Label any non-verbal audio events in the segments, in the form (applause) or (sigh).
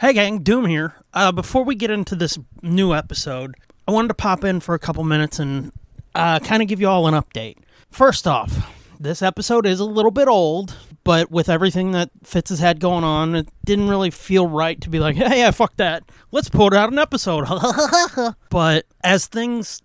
Hey, gang, Doom here. Uh, before we get into this new episode, I wanted to pop in for a couple minutes and uh, kind of give you all an update. First off, this episode is a little bit old, but with everything that Fitz has had going on, it didn't really feel right to be like, hey, yeah, fuck that. Let's put out an episode. (laughs) but as things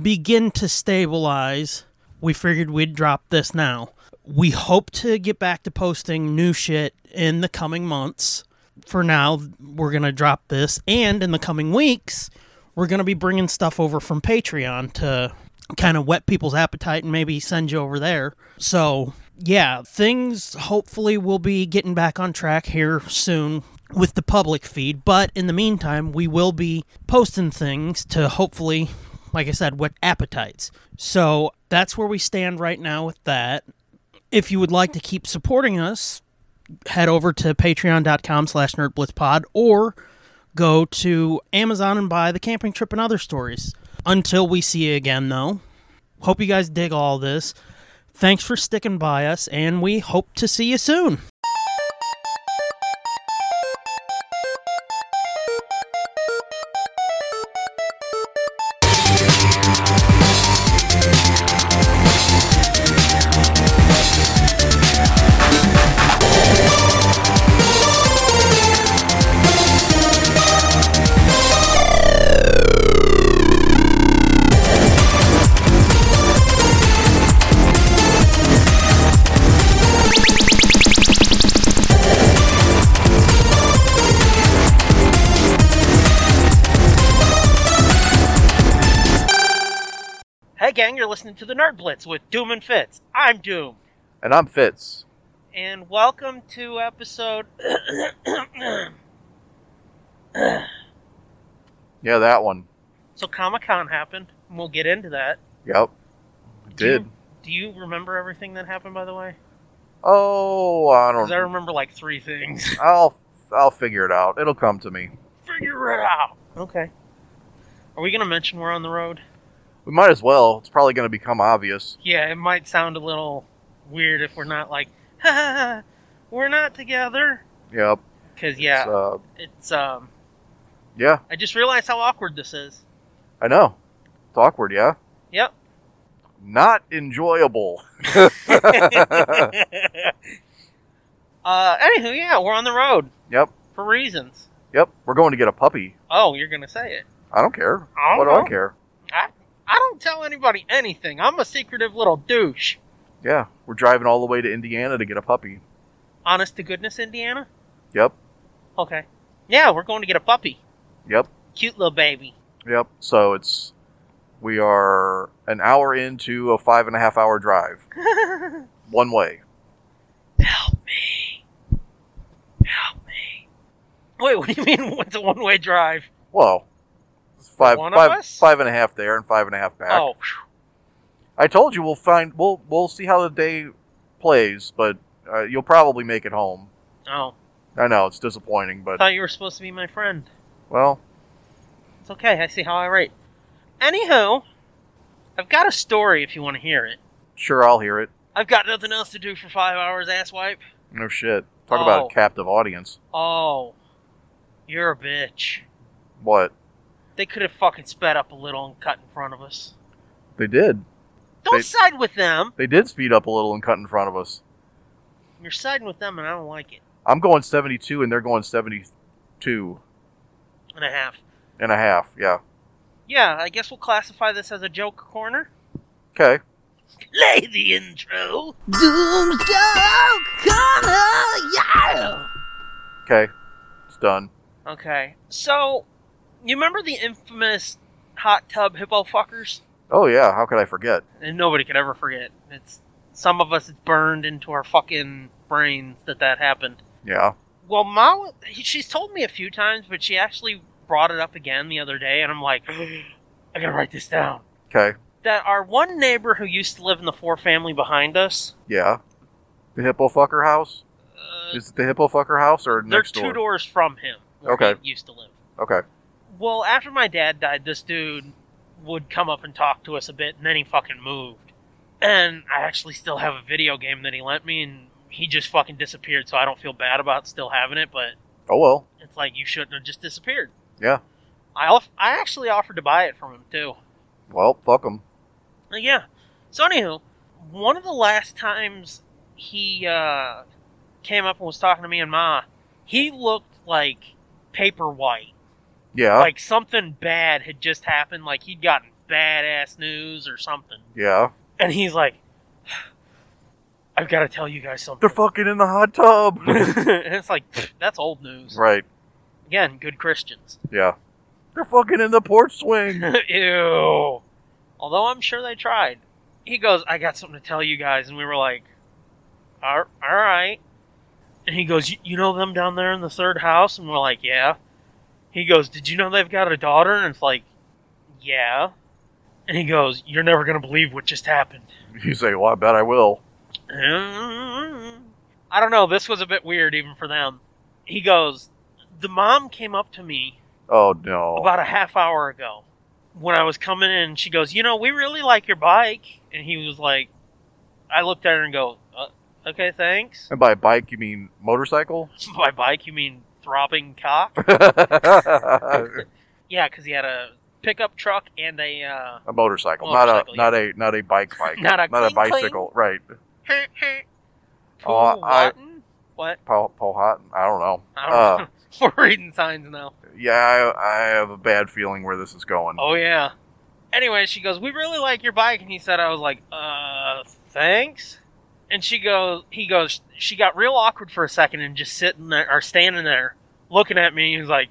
begin to stabilize, we figured we'd drop this now. We hope to get back to posting new shit in the coming months. For now, we're going to drop this. And in the coming weeks, we're going to be bringing stuff over from Patreon to kind of whet people's appetite and maybe send you over there. So, yeah, things hopefully will be getting back on track here soon with the public feed. But in the meantime, we will be posting things to hopefully, like I said, whet appetites. So, that's where we stand right now with that. If you would like to keep supporting us, head over to patreon.com slash nerdblitzpod or go to Amazon and buy The Camping Trip and Other Stories. Until we see you again, though, hope you guys dig all this. Thanks for sticking by us, and we hope to see you soon. Hey, gang, you're listening to the Nerd Blitz with Doom and Fitz. I'm Doom, And I'm Fitz. and welcome to episode. Yeah, that one. so, Comic Con happened, and we'll get into that. Yep. Do you- Did. Do you remember everything that happened, by the way? Oh, I don't. Because I remember like three things. I'll I'll figure it out. It'll come to me. Figure it out. Okay. Are we going to mention we're on the road? We might as well. It's probably going to become obvious. Yeah, it might sound a little weird if we're not like, (laughs) ha, ha, ha, we're not together. Yep. Because, yeah, It's, uh, it's, um, yeah. I just realized how awkward this is. I know. It's awkward. Yeah. Yep. Not (laughs) enjoyable. (laughs) uh, anywho, yeah, we're on the road Yep. for reasons. Yep. We're going to get a puppy. Oh, you're going to say it. I don't care. I don't what know. do I care? I don't tell anybody anything. I'm a secretive little douche. Yeah. We're driving all the way to Indiana to get a puppy. Honest to goodness, Indiana? Yep. Okay. Yeah, we're going to get a puppy. Yep. Cute little baby. Yep. So it's we are an hour into a five and a half hour drive Help one way. me. Help me. Wait, what do you mean (laughs) what's a one way drive? Well, it's five, one of five, us? five and a half there and five and a half back. Oh, I told you we'll find we'll we'll see how the day plays, but uh, you'll probably make it home. oh. I know it's disappointing, I but thought you were supposed to be my friend. well, It's okay, I see how I rate. Anywho, I've got a story if you want to hear it. sure I'll hear it. I've got nothing else to do for five hours, asswipe. No shit. Talk Oh. about a captive audience. Oh, you're a bitch. What They could have fucking sped up a little and cut in front of us. they did? Don't They- side with them. They did speed up a little and cut in front of us. You're siding with them, and I don't like it. I'm going 72 and they're going 72 And a half. and a half. Yeah. Yeah, I guess we'll classify this as a joke corner. Okay. Play the intro. Okay. It's done. Okay, so you remember the infamous hot tub hippo fuckers? Oh yeah. How could I forget? And nobody could ever forget. It's some of us it's burned into our fucking brains that that happened. Yeah. Well, Ma, she's told me a few times, but she actually brought it up again the other day, and I'm like, (gasps) I gotta write this down. Okay. That our one neighbor who used to live in the four family behind us, Yeah. The hippo fucker house. uh, Is it the hippo fucker house or they're next two door? doors from him. Where Okay. he used to live. Okay. Well, after my dad died, this dude would come up and talk to us a bit, and then he fucking moved. And I actually still have a video game that he lent me, and he just fucking disappeared, so I don't feel bad about still having it, but Oh well. It's like you shouldn't have just disappeared. Yeah. I off- I actually offered to buy it from him too. Well, fuck them. Uh, Yeah. So anywho, one of the last times he uh, came up and was talking to me and Ma, he looked like paper white. Yeah. Like something bad had just happened. Like he'd gotten badass news or something. yeah. And he's like, "I've got to tell you guys something." They're fucking in the (laughs) hot tub. and it's like that's old news. right. Again, good Christians. Yeah. They're fucking in the porch swing. (laughs) Ew. Although I'm sure they tried. He goes, I got something to tell you guys. And we were like, all all right. And he goes, "You- You know them down there in the third house? And we're like, Yeah. He goes, Did you know they've got a daughter? And it's like, Yeah. And he goes, You're never going to believe what just happened. (laughs) You say, well, I bet I will. I don't know. This was a bit weird even for them. He goes, The mom came up to me Oh no. about a half hour ago when I was coming in. She goes, "You know, we really like your bike," and he was like, "I looked at her and go, uh, okay, thanks." (laughs) and by bike, you mean motorcycle? (laughs) By bike, you mean throbbing cock? a Yeah, because he had a pickup truck and a uh, motorcycle, Motorcycle, not a not a not a bike bike, (laughs) Not a not a cling, cling. (laughs) bicycle. Right, Paul Oh, I- Uh. Watton? What? Paul Paul Houghton. I don't know. I don't know. (laughs) We're reading signs now. Yeah, I, I have a bad feeling where this is going. Oh yeah. Anyway, she goes, "We really like your bike," and he said, "I was like, uh, thanks." And she goes, he goes, she got real awkward for a second and just sitting there or standing there looking at me. He's like,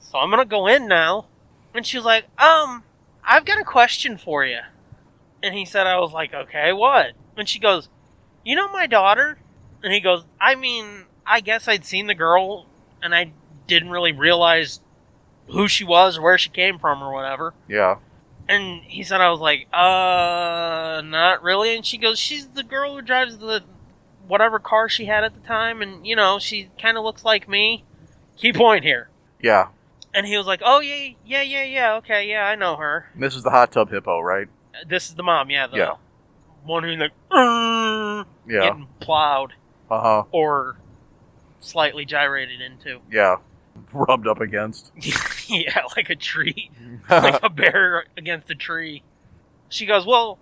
"So I'm gonna go in now," and she's like, "Um, I've got a question for you." And he said, "I was like, okay, what?" And she goes, "You know my daughter?" And he goes, "I mean, I guess I'd seen the girl and I didn't really realize who she was or where she came from or whatever." Yeah, And he said, I was like, uh, not really. And she goes, she's the girl who drives the whatever car she had at the time. And, you know, she kind of looks like me. Key point here. yeah. And he was like, oh, yeah, yeah, yeah, yeah. Okay, yeah, I know her. This is the hot tub hippo, right? Uh, This is the mom, yeah. The Yeah. one who's like, "Arr," Yeah. getting plowed Uh huh. or slightly gyrated into. (laughs) Yeah. (laughs) Rubbed up against. (laughs) yeah, like a tree. like a bear against a tree. She goes, "Well,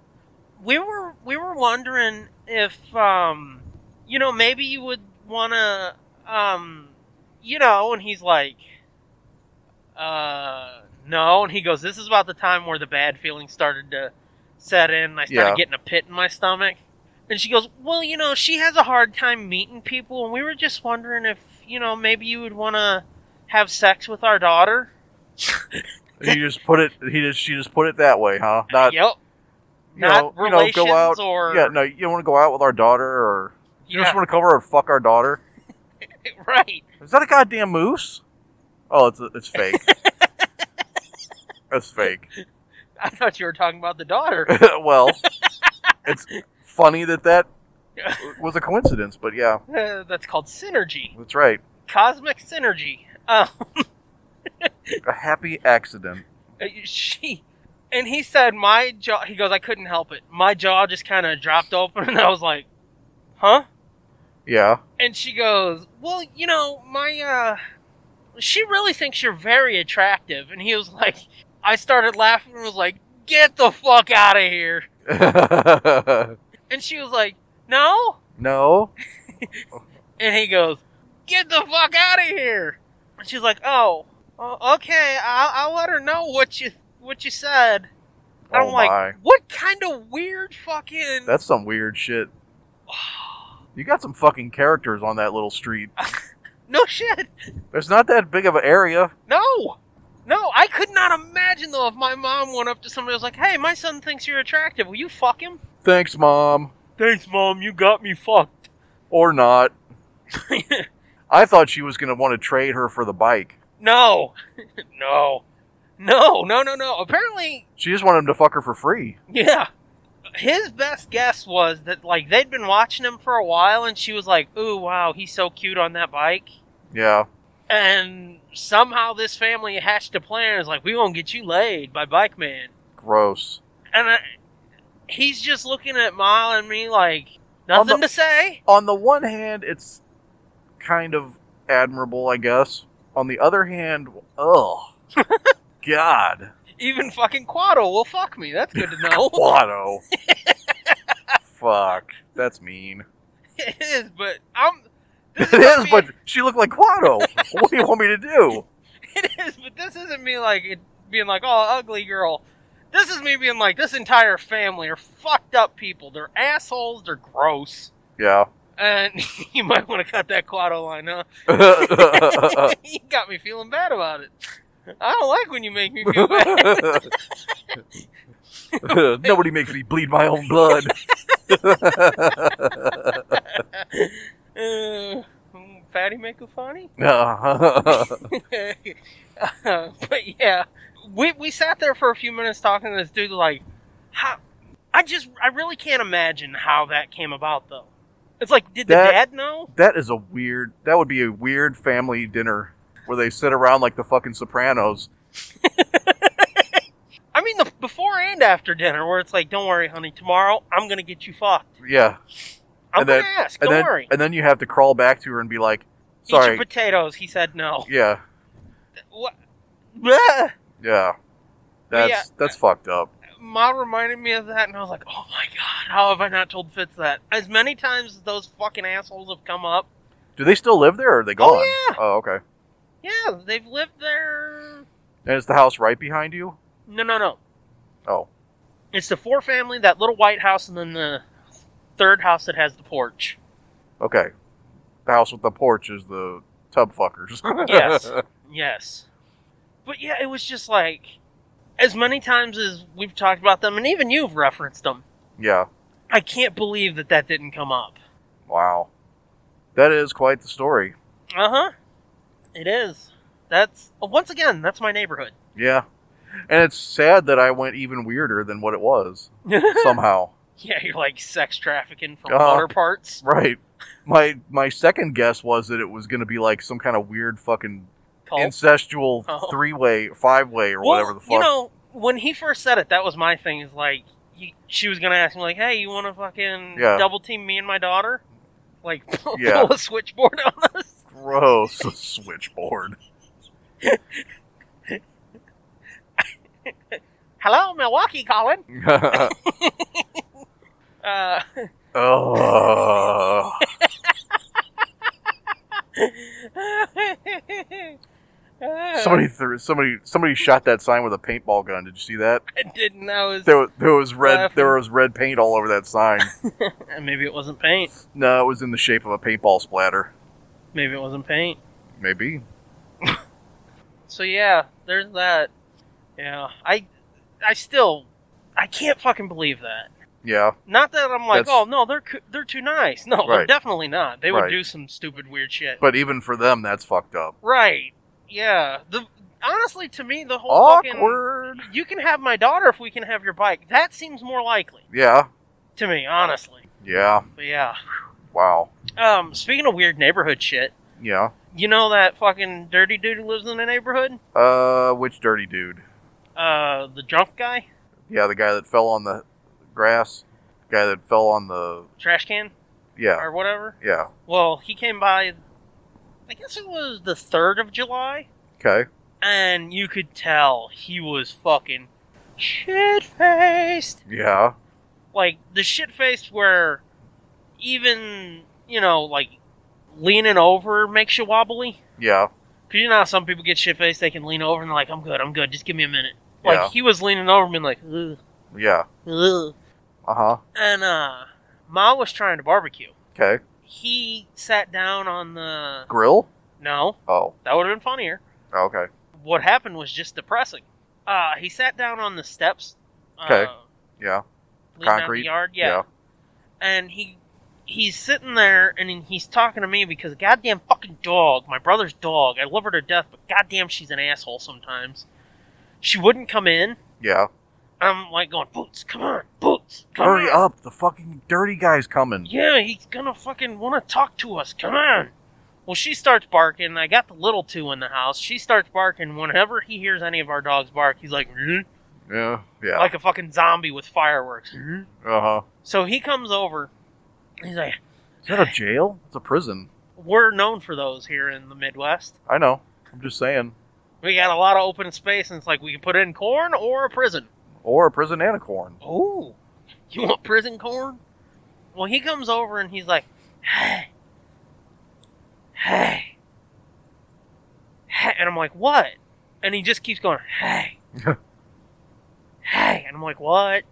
we were we were wondering if um you know maybe you would want to um you know." And he's like, "Uh, no." And he goes, "This is about the time where the bad feeling started to set in. And I started Yeah. getting a pit in my stomach." And she goes, "Well, you know, she has a hard time meeting people, and we were just wondering if you know maybe you would want to have sex with our daughter." he just put it. He just she just put it that way, huh? Not yep. you know, not you know, relations go out. or Yeah, no, you don't want to go out with our daughter, or (laughs) you Yeah, just want to cover and fuck our daughter. (laughs) right. Is that a goddamn moose? Oh, it's (laughs) it's fake. That's fake. (laughs) I thought you were talking about the daughter. well, it's funny (laughs) that that was a coincidence, but yeah, Uh, that's called synergy, that's right. cosmic synergy. Uh, A happy accident. she and he said my jaw. He goes, I couldn't help it. My jaw just kind of dropped open, (laughs) and I was like, huh? Yeah. And she goes, well, you know, my uh, she really thinks you're very attractive. And he was (laughs) like, I started laughing and was like, get the fuck out of here. (laughs) And she was like, no. no. And he goes, "Get the fuck out of here!" And she's like, "Oh, o- okay. I'll, I'll let her know what you what you said." And Oh I'm like, my. "What kind of weird fucking?" That's some weird (sighs) shit. You got some fucking characters on that little street. no shit. There's not that big of an area. No, no. I could not imagine though if my mom went up to somebody and was like, "Hey, my son thinks you're attractive. Will you fuck him?" Thanks, mom. Thanks, mom. You got me fucked. Or not. I thought she was gonna want to trade her for the bike. (laughs) no, (laughs) no, no, no, no, no. Apparently, She just wanted him to fuck her for free. Yeah. His best guess was that like they'd been watching him for a while and she was like, "Ooh, wow, he's so cute on that bike." Yeah. And somehow this family hatched a plan is like, "We going to get you laid by Bike Man." Gross. And I, he's just looking at Ma and me like On nothing the- to say. on the one hand, it's kind of admirable, I guess. On the other hand, (laughs) oh, God, Even fucking Quado will fuck me. That's good to (laughs) know. (laughs) Watto. Fuck, that's mean. it is, but I'm. This It not is, me- but she looked like Watto. (laughs) what do you want me to do? it is, but this isn't me like it being like, oh, ugly girl. This is me being like, this entire family are fucked up people. They're assholes. They're gross. (laughs) Yeah. And you might want to cut that Quado line, huh? Uh. (laughs) you got me feeling bad about it. I don't like when you make me feel (laughs) bad. Nobody makes me bleed my (laughs) own blood. Uh, mm, Fatty make a funny? (laughs) yeah, uh, but yeah, we we sat there for a few minutes talking to this dude. Like, how? I just I really can't imagine how that came about though. It's like, did the That- dad know? (laughs) that is a weird. That would be a weird family dinner where they sit around like the fucking Sopranos. I mean, the before and after dinner, where it's like, don't worry, honey, tomorrow I'm gonna get you fucked. Yeah, I'm And gonna then- ask. and Don't then worry. and then you have to crawl back to her and be like, Eat "Sorry, your potatoes. He said no. yeah, What? Blah! yeah." That's that's fucked up. Ma reminded me of that, and I was like, oh my god, how have I not told Fitz that? As many times as those fucking assholes have come up, Do they still live there? or Are they gone? Oh, yeah. Oh, okay. yeah, they've lived there. And it's the house right behind you. No, no, no. Oh, It's the four family, that little white house, and then the third house that has the porch. okay. The house with the porch is the tub fuckers. (laughs) Yes. Yes. But yeah, it was just like, as many times as we've talked about them, and even you've referenced them, yeah. I can't believe that that didn't come up. Wow. That is quite the story. Uh huh. It is. That's, once again, that's my (laughs) neighborhood. Yeah. And it's sad that I went even weirder than what (laughs) it was somehow. Yeah, you're like sex trafficking for Uh, water parts. right. My my second guess was that it was going to be like some kind of weird fucking Cult. incestual Oh. three-way, five-way or Well, whatever the fuck. You know, when he first said it, that was my thing. Is like, you, she was gonna ask me like, "Hey, you want to fucking Yeah. double team me and my daughter?" Like, (laughs) pull, Yeah. pull a switchboard on us. Gross (laughs) switchboard. (laughs) Hello, Milwaukee, calling. Uh, oh. Somebody threw somebody somebody shot that sign with a paintball gun. Did you see that? (laughs) I didn't know. It There, wa- there was red there was red paint all over (laughs) that sign. was, maybe it wasn't paint. No, it was in the shape of a paintball splatter. Maybe it wasn't paint. Maybe. So yeah, there's that. Yeah, I, I still, I can't fucking believe that. Yeah. Not that I'm like, That's- oh no, they're coo- they're too nice. No, they're Right. definitely not. They would Right. do some stupid weird shit. But even for them, that's fucked up. right? Yeah. The honestly, to me, the whole Awkward. fucking you can have my daughter if we can have your bike. That seems more likely Yeah. to me, honestly. Yeah. But yeah. Wow. Um, speaking of weird neighborhood shit, Yeah. you know that fucking dirty dude who lives in the neighborhood? Uh, which dirty dude? Uh, the drunk guy, Yeah, the guy that fell on the grass. Guy that fell on the trash can yeah or whatever. yeah. Well, he came by. I guess it was the third of July. Okay. and you could tell he was fucking shit faced. Yeah. Like the shit faced where even you know like leaning over makes you wobbly. Yeah. Cause you know how some people get shit faced, they can lean over and they're like, "I'm good, I'm good, just give me a minute." Like Yeah. he was leaning over, and being like, "Ugh, Yeah. ugh," Uh huh. and uh, Ma was trying to barbecue. Okay. He sat down on the Grill. no, Oh. that would have been funnier. Okay. what happened was just depressing. Uh, he sat down on the steps. uh, Okay. Yeah. leading out Concrete. the yard. Yeah. And he he's sitting there and he's talking to me because goddamn fucking dog, my brother's dog. I love her to death, but goddamn, she's an asshole sometimes. She wouldn't come in. Yeah. I'm like going, boots, come on, boots, come Hurry on. up! The fucking dirty guy's coming. Yeah, he's gonna fucking want to talk to us. Come on. Well, she starts barking. I got the little two in the house. She starts barking. Whenever he hears any of our dogs bark, he's like, "Hmm?" Yeah. Yeah. like a fucking zombie with fireworks. uh huh. So he comes over. He's like, Is that a jail? It's a prison. we're known for those here in the Midwest. I know. I'm just saying. We got a lot of open space, and it's like we can put in corn or a prison. Or a prison and a corn. Oh, you want prison corn? Well, he comes over and he's like, hey, hey, hey. And I'm like, what? And he just keeps going, hey, hey. And I'm like, what?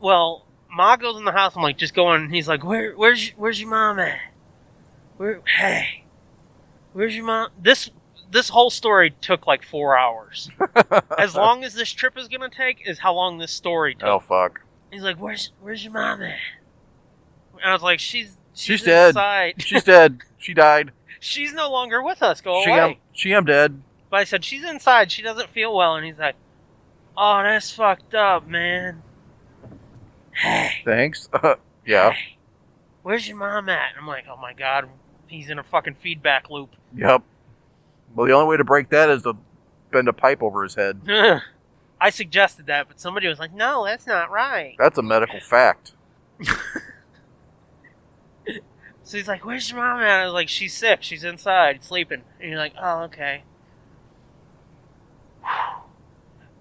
Well, Ma goes in the house. I'm like, just going. And he's like, where, where's, your- where's your mom at? Where, hey, where's your mom? This, this whole story took like four hours. as long as this trip is gonna take, is how long this story took. Oh fuck. He's like, "Where's Where's your mom at?" And I was like, "She's she's, She's dead. inside. She's dead. She died. She's no longer with us. Go she away." am she am dead. But I said, "She's inside. She doesn't feel well." And he's like, "Oh, that's fucked up, man. Hey, Thanks. (laughs) yeah. where's your mom at?" And I'm like, "Oh my god, he's in a fucking feedback loop." (laughs) Yep. Well, the only way to break that is to bend a pipe over his head. Ugh. I suggested that, but somebody was like, "No, that's not right." That's a medical fact. So he's like, "Where's your mom at?" I was like, "She's sick. She's inside, sleeping." And you're like, "Oh, okay." (sighs)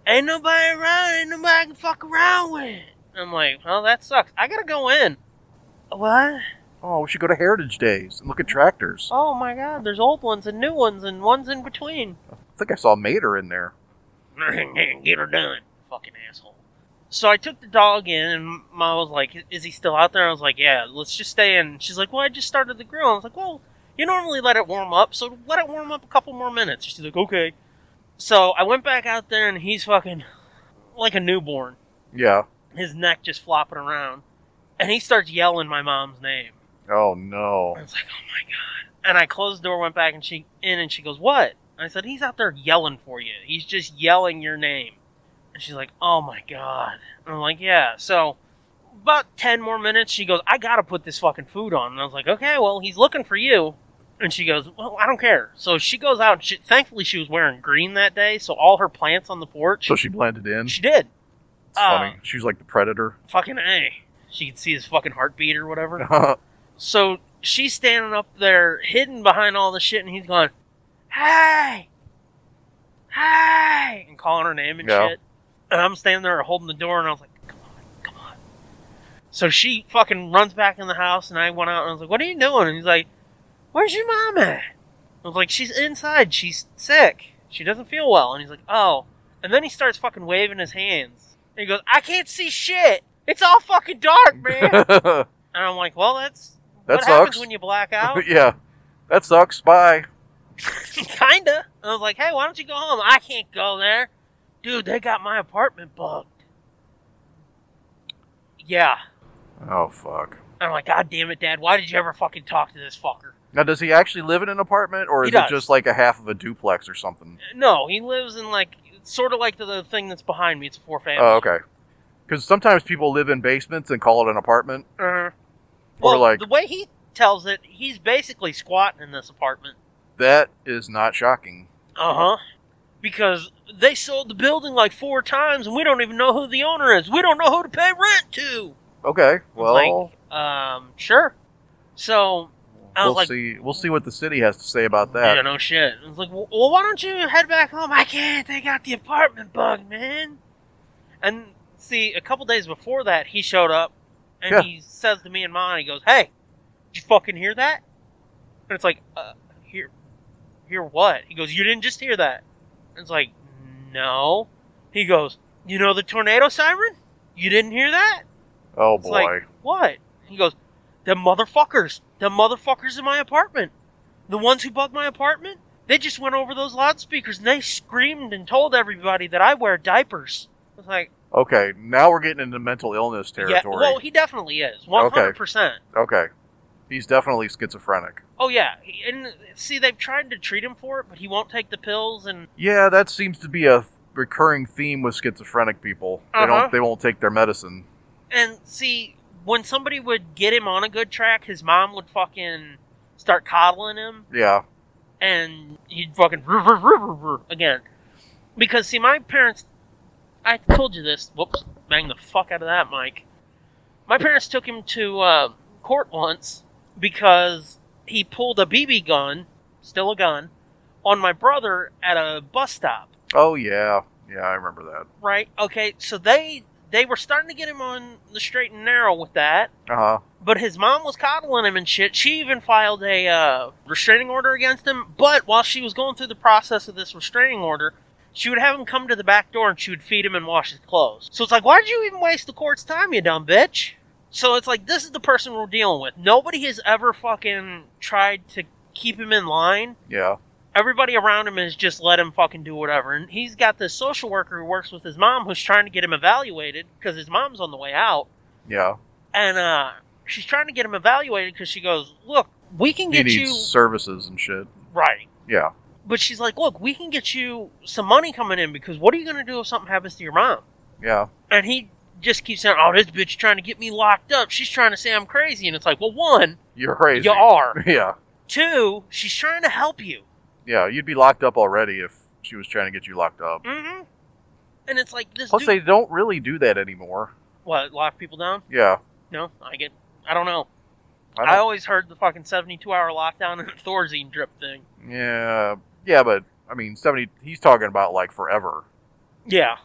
ain't nobody around. Ain't nobody I can fuck around with. I'm like, "Well, that sucks. I gotta go in." What? Oh, we should go to Heritage Days and look at tractors. Oh my God! There's old ones and new ones and ones in between. I think I saw Mater in there. (laughs) Get her done, fucking asshole. So I took the dog in, and Ma was like, "Is he still out there?" I was like, "Yeah, let's just stay in." She's like, "Well, I just started the grill." I was like, "Well, you normally let it warm up, so let it warm up a couple more minutes." She's like, "Okay." So I went back out there, and he's fucking like a newborn. Yeah. His neck just flopping around, and he starts yelling my mom's name. Oh no. I was like, "Oh my god!" And I closed the door, went back, and she in, and she goes, "What?" And I said, "He's out there yelling for you. He's just yelling your name." And she's like, "Oh my god!" And I'm like, "Yeah." So about ten more minutes, she goes, "I gotta put this fucking food on." And I was like, "Okay, well, he's looking for you." And she goes, "Well, I don't care." So she goes out. And she, thankfully, she was wearing green that day, so all her plants on the porch. So she blended in. It's she did. uh, funny. She was like the predator. (laughs) Fucking a. She could see his fucking heartbeat or whatever. So she's standing up there, hidden behind all the shit, and he's going, "Hey, hey," and calling her name and Yeah. shit. And I'm standing there holding the door, and I was like, "Come on, come on." So she fucking runs back in the house, and I went out, and I was like, "What are you doing?" And he's like, "Where's your mom at?" I was like, "She's inside. She's sick. She doesn't feel well." And he's like, "Oh." And then he starts fucking waving his hands, and he goes, "I can't see shit. It's all fucking dark, (laughs) man." And I'm like, well, that's That what happens sucks. when you black (laughs) out. yeah. That sucks. Bye. Kinda. And I was like, hey, why don't you go home? I can't go there, dude. They got my apartment bugged. Yeah. Oh fuck. And I'm like, god damn it, Dad. Why did you ever fucking talk to this fucker? Now, does he actually live in an apartment, or He is does. it just like a half of a duplex or something? No, he lives in like sort of like the, the thing that's behind me. It's four family. Oh, okay. Because sometimes people live in basements and call it an apartment. Uh-huh. Well, like- the way he tells it, he's basically squatting in this apartment. That is not shocking. Uh huh. Because they sold the building like four times, and we don't even know who the owner is. We don't know who to pay rent to. Okay. Well, like, um, sure. So I was we'll like, see. We'll see what the city has to say about yeah, that. no shit. I was like, well, well, why don't you head back home? I can't. They got the apartment bug, man. And see, a couple days before that, he showed up and Yeah. he says to me and mine, he goes, "Hey, did you fucking hear that?" And it's like, uh, "Hear, hear what?" He goes, "You didn't just hear that." And it's like, "No." He goes, "You know the tornado siren? You didn't hear that?" Oh It's boy. like- What? He goes, The motherfuckers. The motherfuckers in my apartment. The ones who bugged my apartment, they just went over those loudspeakers and they screamed and told everybody that I wear diapers. I was like, okay. Now we're getting into mental illness Yeah, territory. well, he definitely is. 100%. okay. He's definitely schizophrenic. Oh, yeah. He- And see, they've tried to treat him for it, but he won't take the pills and. Yeah, that seems to be a recurring theme with schizophrenic people. They Uh-huh. don't. They won't take their medicine. And see, when somebody would get him on a good track, his mom would fucking start coddling him. Yeah. and he'd fucking roo, roo, roo, roo, roo again. Because see, my parents, I told you this. Whoops, bang the fuck out of that mic. My parents took him to uh, court once because he pulled a BB gun, still a gun, on my brother at a bus stop. Oh yeah, yeah, I remember that. Right? Okay, so they they were starting to get him on the straight and narrow with that. Uh huh. But his mom was coddling him and shit. She even filed a uh, restraining order against him. But while she was going through the process of this restraining order, she would have him come to the back door and she would feed him and wash his clothes. So it's like, why'd you even waste the court's time, you dumb bitch? So it's like, this is the person we're dealing with. Nobody has ever fucking tried to keep him in line. Yeah. Everybody around him has just let him fucking do whatever. And he's got this social worker who works with his mom who's trying to get him evaluated because his mom's on the way out Yeah. and uh, she's trying to get him evaluated because she goes, "Look, we can He get needs you services and shit. right." Yeah. But she's like, "Look, we can get you some money coming in because what are you going to do if something happens to your mom?" Yeah. And he just keeps saying, "Oh, this bitch trying to get me locked up. She's trying to say I'm crazy." And it's like, "Well, one, You're crazy. you are. (laughs) Yeah. Two, she's trying to help you." Yeah. You'd be locked up already if she was trying to get you locked up. Mm-hmm. And it's like this. Plus, dude, they don't really do that anymore. what lock people down? Yeah. No, I get. I don't know. I I, don't- always heard the fucking seventy-two hour lockdown and Thorazine drip thing. yeah. Yeah, but I mean, seventy. He's talking about like forever, Yeah,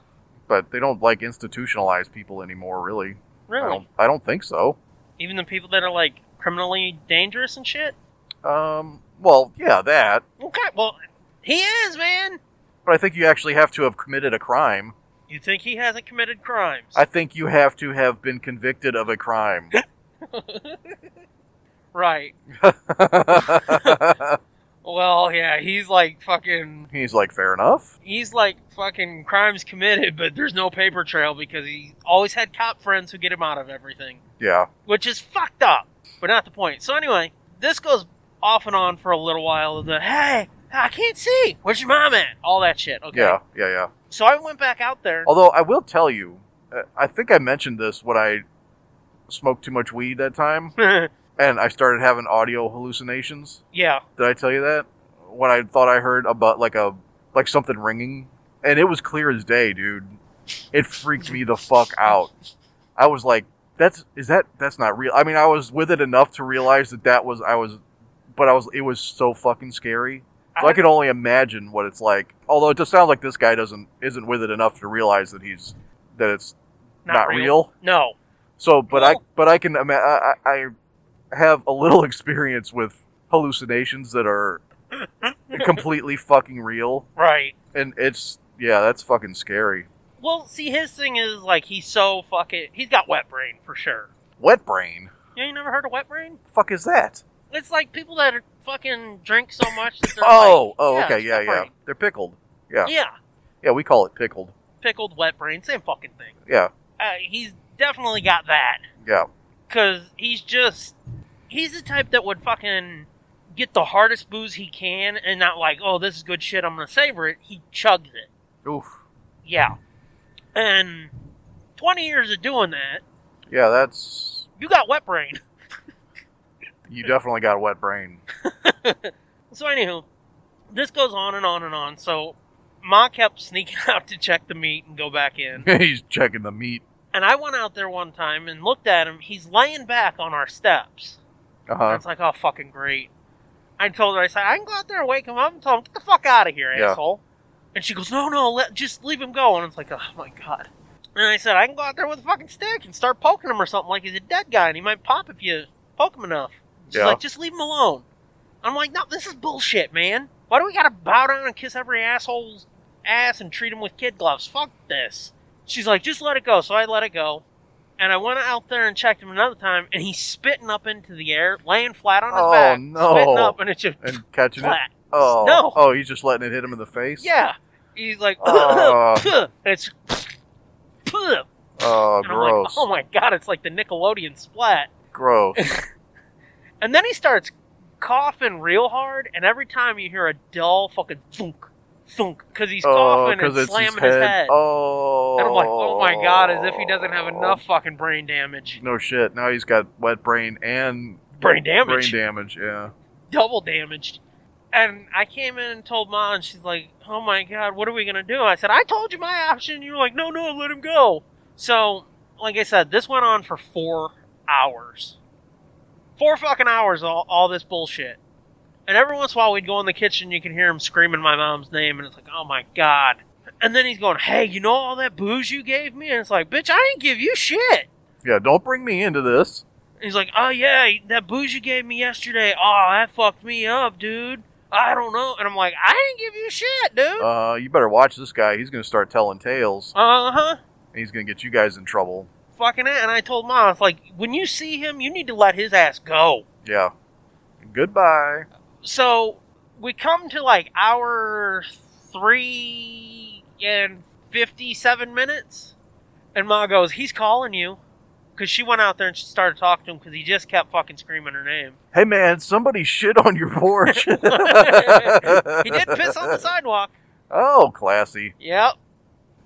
but they don't like institutionalize people anymore, really. I really. don't. I don't think so. Even the people that are like criminally dangerous and shit. Um. Well, yeah, that. Okay, well, he is, man. But I think you actually have to have committed a crime. You think he hasn't committed crimes? I think you have to have been convicted of a crime. right. Well, yeah, he's like fucking. He's like, fair enough. He's like fucking crimes committed, but there's no paper trail because he always had cop friends who get him out of everything, Yeah. which is fucked up, but not the point. So, anyway, this goes off and on for a little while. The hey, I can't see. Where's your mom at? All that shit. Okay. Yeah. Yeah. Yeah. So I went back out there. Although I will tell you, uh, I think I mentioned this when I smoked too much weed that time, and I started having audio hallucinations. (laughs) yeah. Did I tell you that? When I thought I heard about like a like something ringing, and it was clear as day, dude. It freaked me the fuck out. I was like, "That's is that that's not real." I mean, I was with it enough to realize that that was I was, but I was it was so fucking scary. So I can only imagine what it's like. Although it just sounds like this guy doesn't isn't with it enough to realize that he's that it's not, real. No. So, but I Well- but I can ima- I, I I have a little (laughs) experience with hallucinations (laughs) that are completely fucking real, Right. and it's yeah, that's fucking scary. Well, see, his thing is like he's so fucking. He's got wet brain for sure. Wet brain, You ain't never heard of wet brain? fuck is that? It's like people that are fucking drink so much that they're (laughs) Oh, like, oh, okay, it's yeah, wet yeah, brain. they're pickled. yeah, Yeah. Yeah, we call it pickled. Pickled wet brain, same fucking thing. Yeah, Uh, he's definitely got that yeah, because he's just he's the type that would fucking get the hardest booze he can and not like, oh, this is good shit, I'm gonna savor it. He chugs it. oof, Yeah, and twenty years of doing that, yeah, that's you got wet brain. you definitely got a wet brain. (laughs) So anywho, this goes on and on and on. So Ma kept sneaking (laughs) out to check the meat and go back in. He's checking the meat. And I went out there one time and looked at him. He's laying back on our steps. Uh I huh. was like, oh fucking great. I told her, I said, I can go out there and wake him up and tell him, get the fuck out of here, Yeah. asshole. And she goes, no, no, let, just leave him go. And it's like, oh my god. And I said, I can go out there with a fucking stick and start poking him or something like he's a dead guy and he might pop if you poke him enough. She's Yeah. like, just leave him alone. I'm like, no, this is bullshit, man. Why do we gotta bow down and kiss every asshole's ass and treat him with kid gloves? Fuck this. She's like, just let it go. So I let it go. And I went out there and checked him another time, and he's spitting up into the air, laying flat on his Oh, back, no. spitting up, and it's just And catching it. flat. Oh, No. Oh, he's just letting it hit him in the face. Yeah, he's like, (laughs) Oh. and it's, and Oh, I'm like, gross. oh my god, it's like the Nickelodeon splat. Gross. And then he starts coughing real hard, and every time you hear a dull fucking thunk, thunk, because he's coughing and slamming his head. Oh. And I'm like, oh my god, as if he doesn't have enough fucking brain damage. Oh, No shit. Now he's got wet brain and Brain damage. Brain damage. Yeah. Double damaged. And I came in and told Ma, and she's like, oh my god, what are we gonna do? I said, I told you my option. You're like, no, no, let him go. So, like I said, this went on for four hours. Four fucking hours, all, all this bullshit. And every once in a while, we'd go in the kitchen, you could hear him screaming my mom's name, and it's like, oh my god. And then he's going, hey, you know all that booze you gave me? And it's like, bitch, I didn't give you shit. Yeah, don't bring me into this. And he's like, oh yeah, that booze you gave me yesterday, oh, that fucked me up, dude. I don't know. And I'm like, I didn't give you shit, dude. Uh, you better watch this guy. He's going to start telling tales, Uh huh. and he's going to get you guys in trouble. fucking it. And I told mom, I was like, when you see him, you need to let his ass go. Yeah. Goodbye. So we come to like hour three and 57 minutes. And Ma goes, he's calling you. Because she went out there and she started talking to him because he just kept fucking screaming her name. Hey, man, somebody shit on your (laughs) porch. he did piss (laughs) on the sidewalk. Oh, classy. Yep.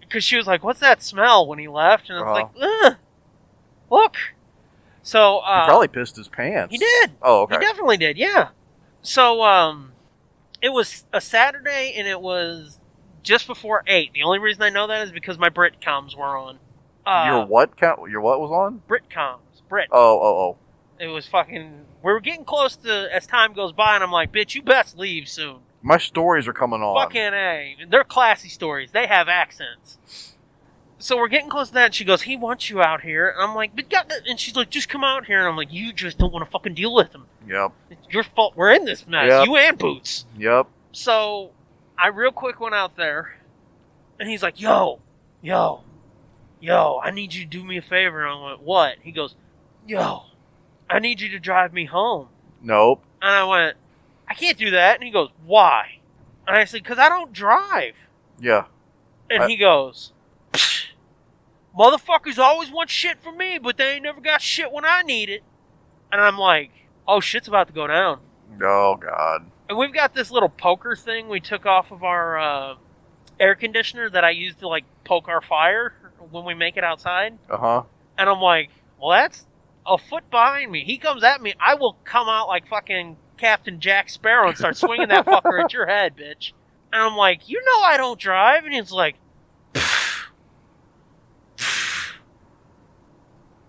Because she was like, what's that smell when he left? And I was like, Ugh, look. So, uh, he Uh-huh. probably pissed his pants. he did. Oh, okay. He definitely did, yeah. So, um, it was a Saturday and it was just before 8. The only reason I know that is because my Britcoms were on. Uh, your what count? Your what was on? Britcoms. Brit. Oh, oh, It was fucking. We were getting close to as time goes by, and I'm like, bitch, you best leave soon. oh. My stories are coming on. Fucking A. They're classy stories. They have accents. So we're getting close to that, and she goes, He wants you out here. And I'm like, But God, and she's like, Just come out here. And I'm like, You just don't want to fucking deal with him. Yep, It's your fault. We're in this mess. Yeah. You and Boots. yep. So I real quick went out there, and he's like, "Yo, yo, yo, I need you to do me a favor." And I went, "What?" He goes, "Yo, I need you to drive me home." Nope. And I went, "I can't do that." And he goes, "Why?" And I said, "Cause I don't drive." Yeah. And I- he goes, "Psh, "Motherfuckers always want shit from me, but they ain't never got shit when I need it." And I'm like, "Oh, shit's about to go down." Oh God. And we've got this little poker thing we took off of our uh, air conditioner that I use to like poke our fire when we make it outside. Uh huh. And I'm like, well, that's a foot behind me. He comes at me, I will come out like fucking Captain Jack Sparrow and start swinging that fucker at your head, bitch. And I'm like, you know I don't drive. And he's like,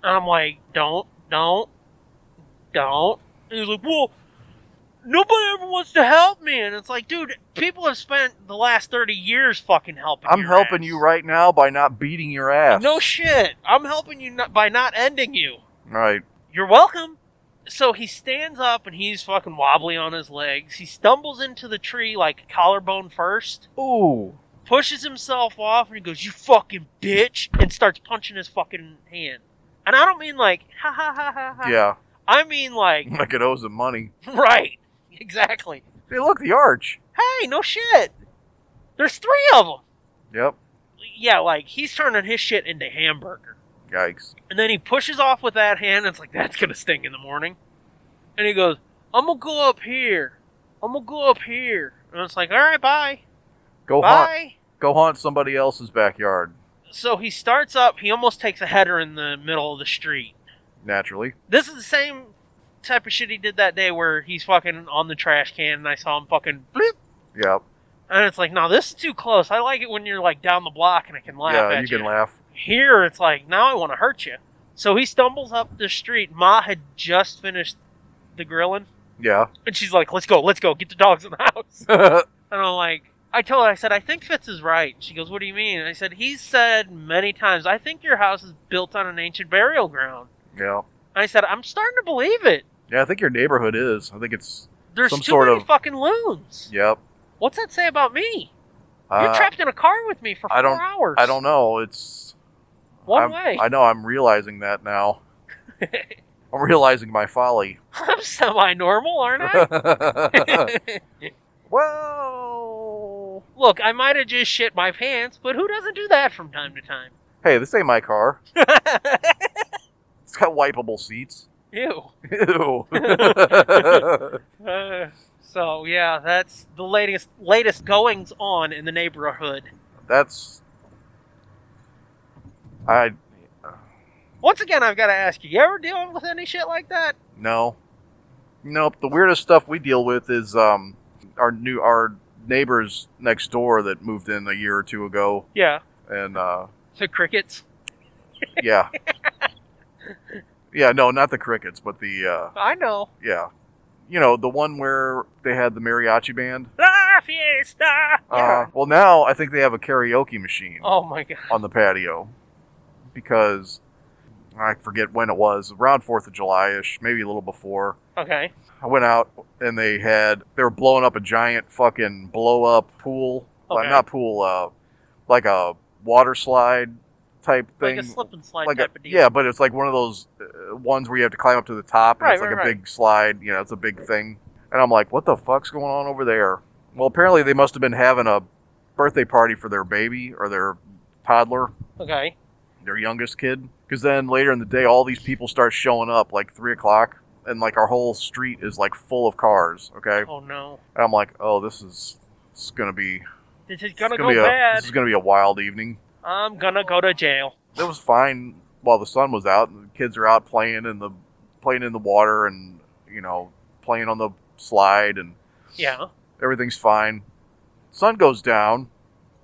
and I'm like, don't, don't, don't. And he's like, well, nobody ever wants to help me. And it's like, dude, people have spent the last 30 years fucking helping I'm your helping ass. you right now by not beating your ass. No shit. I'm helping you not, by not ending you. right. You're welcome. So he stands up and he's fucking wobbly on his legs. He stumbles into the tree like collarbone first, Ooh. pushes himself off, and he goes, You fucking bitch! and starts punching his fucking hand. And I don't mean like, (laughs) ha ha ha ha ha. Yeah. (laughs) I mean like, (laughs) Like it owes him money. right. Exactly. Hey, look, the arch. Hey, no shit. There's three of them. Yep. Yeah, like, he's turning his shit into hamburger. Yikes. And then he pushes off with that hand. And it's like, that's going to sting in the morning. And he goes, I'm going to go up here. I'm going to go up here. And it's like, all right, bye. Go haunt. bye. Go haunt somebody else's backyard. So he starts up. He almost takes a header in the middle of the street. Naturally. This is the same type of shit he did that day where he's fucking on the trash can and I saw him fucking bloop. Yep. And it's like, no, this is too close. I like it when you're like down the block and I can laugh yeah. at You can laugh. Here, it's like, now I want to hurt you. So he stumbles up the street. Ma had just finished the grilling. (laughs) Yeah. And she's like, let's go, let's go, get the dogs in the house. And I'm like, I told her, I said, I think Fitz is right. She goes, what do you mean? I said, he's said many times, I think your house is built on an ancient burial ground. yeah. And I said, I'm starting to believe it. Yeah. I think your neighborhood is. I think it's. There's Some too sort many of- fucking loons. Yep. What's that say about me? You're Uh, trapped in a car with me for four I don't- hours. I don't know. It's One I'm- way. I know. I'm realizing that now. I'm realizing my folly. (laughs) I'm semi-normal, aren't I? (laughs) well, Look, I might have just shit my pants, but who doesn't do that from time to (laughs) time? hey, this ain't my car. It's got wipeable seats. Ew. Ew. (laughs) Uh, so yeah, that's the latest latest goings on in the neighborhood. That's. I Once again, I've got to ask you: you ever deal with any shit like that? no, nope. The weirdest stuff we deal with is um our new our neighbors next door that moved in a year or two ago, Yeah, and uh, the crickets. yeah, Yeah, no, not the crickets, but the uh, I know. yeah, you know the one where they had the mariachi band. La Ah, fiesta. Uh, well, now I think they have a karaoke machine oh my god. on the patio because I forget when it was, around Fourth of July ish, maybe a little before. Okay. I went out and they had they were blowing up a giant fucking blow up pool, Like, Okay. not pool, uh, like a water slide type thing, Like a slip and slide Like a- type of deal. yeah, but it's like one of those uh, ones where you have to climb up to the top, and Right, it's like right, a right. big slide. You know, it's a big thing, and I'm like, what the fuck's going on over there? Well, apparently they must have been having a birthday party for their baby or their toddler, Okay. their youngest kid, because then later in the day, all these people start showing up like three o'clock. And like our whole street is like full of cars. Okay, Oh no. and I'm like, oh, this is it's gonna be This is it's gonna gonna, be go a, bad. this is gonna be a wild evening. I'm gonna go to jail. It was fine while the sun was out and the kids are out playing in the playing in the water and you know playing on the slide and Yeah. everything's fine. Sun goes down.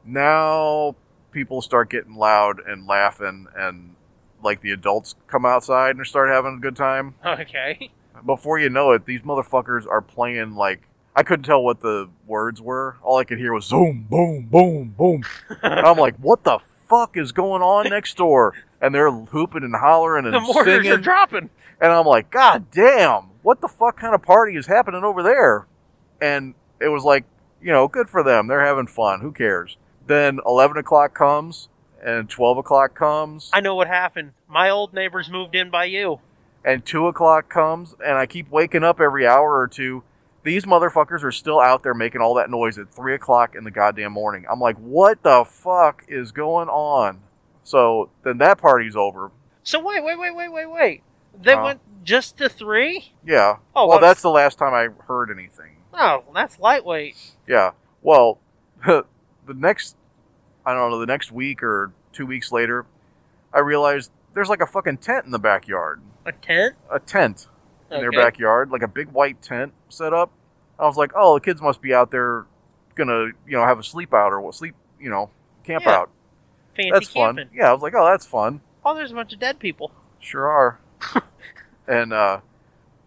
Now people start getting loud and laughing and like the adults come outside and start having a good time. (laughs) Okay. Before you know it, these motherfuckers are playing like I couldn't tell what the words were. All I could hear was zoom, boom, boom, boom. And I'm like, what the fuck is going on next door? And they're hooping and hollering and the mortars are singing. dropping. and I'm like, God damn, what the fuck kind of party is happening over there? And it was like, you know, good for them. They're having fun. Who cares? Then 11 o'clock comes and 12 o'clock comes I know what happened. My old neighbors moved in by you. and 2 o'clock comes and I keep waking up every hour or two. These motherfuckers are still out there making all that noise at 3 o'clock in the goddamn morning. I'm like, what the fuck is going on? So then that party's over. So wait, wait, wait, wait, wait, wait. They Oh. went just to three? Yeah. Oh, well, well, that's the last time I heard anything. Oh, that's lightweight. Yeah. Well, (laughs) the next, I don't know, the next week or two weeks later, I realized there's like a fucking tent in the backyard, A tent? a tent in their Okay. backyard, like a big white tent set up. I was like, oh, the kids must be out there gonna, you know, have a sleep out or what sleep, you know, camp Yeah, out. Fancy That's camping. fun. Yeah, I was like, oh, that's fun. Oh, there's a bunch of dead people. (laughs) Sure are. and uh,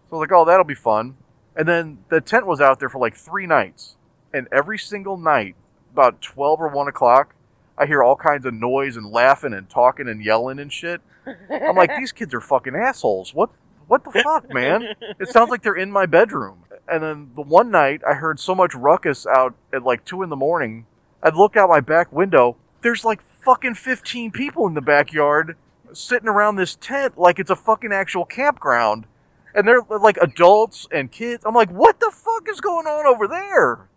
so I was like, oh, that'll be fun. And then the tent was out there for like three nights, and every single night, about twelve or one o'clock, I hear all kinds of noise and laughing and talking and yelling and shit. I'm like, these kids are fucking assholes. What? What the fuck, man? It sounds like they're in my bedroom. And then the one night, I heard so much ruckus out at like two in the morning. I'd look out my back window. There's like fucking fifteen people in the backyard sitting around this tent like it's a fucking actual campground. And they're like adults and kids. I'm like, what the fuck is going on over there?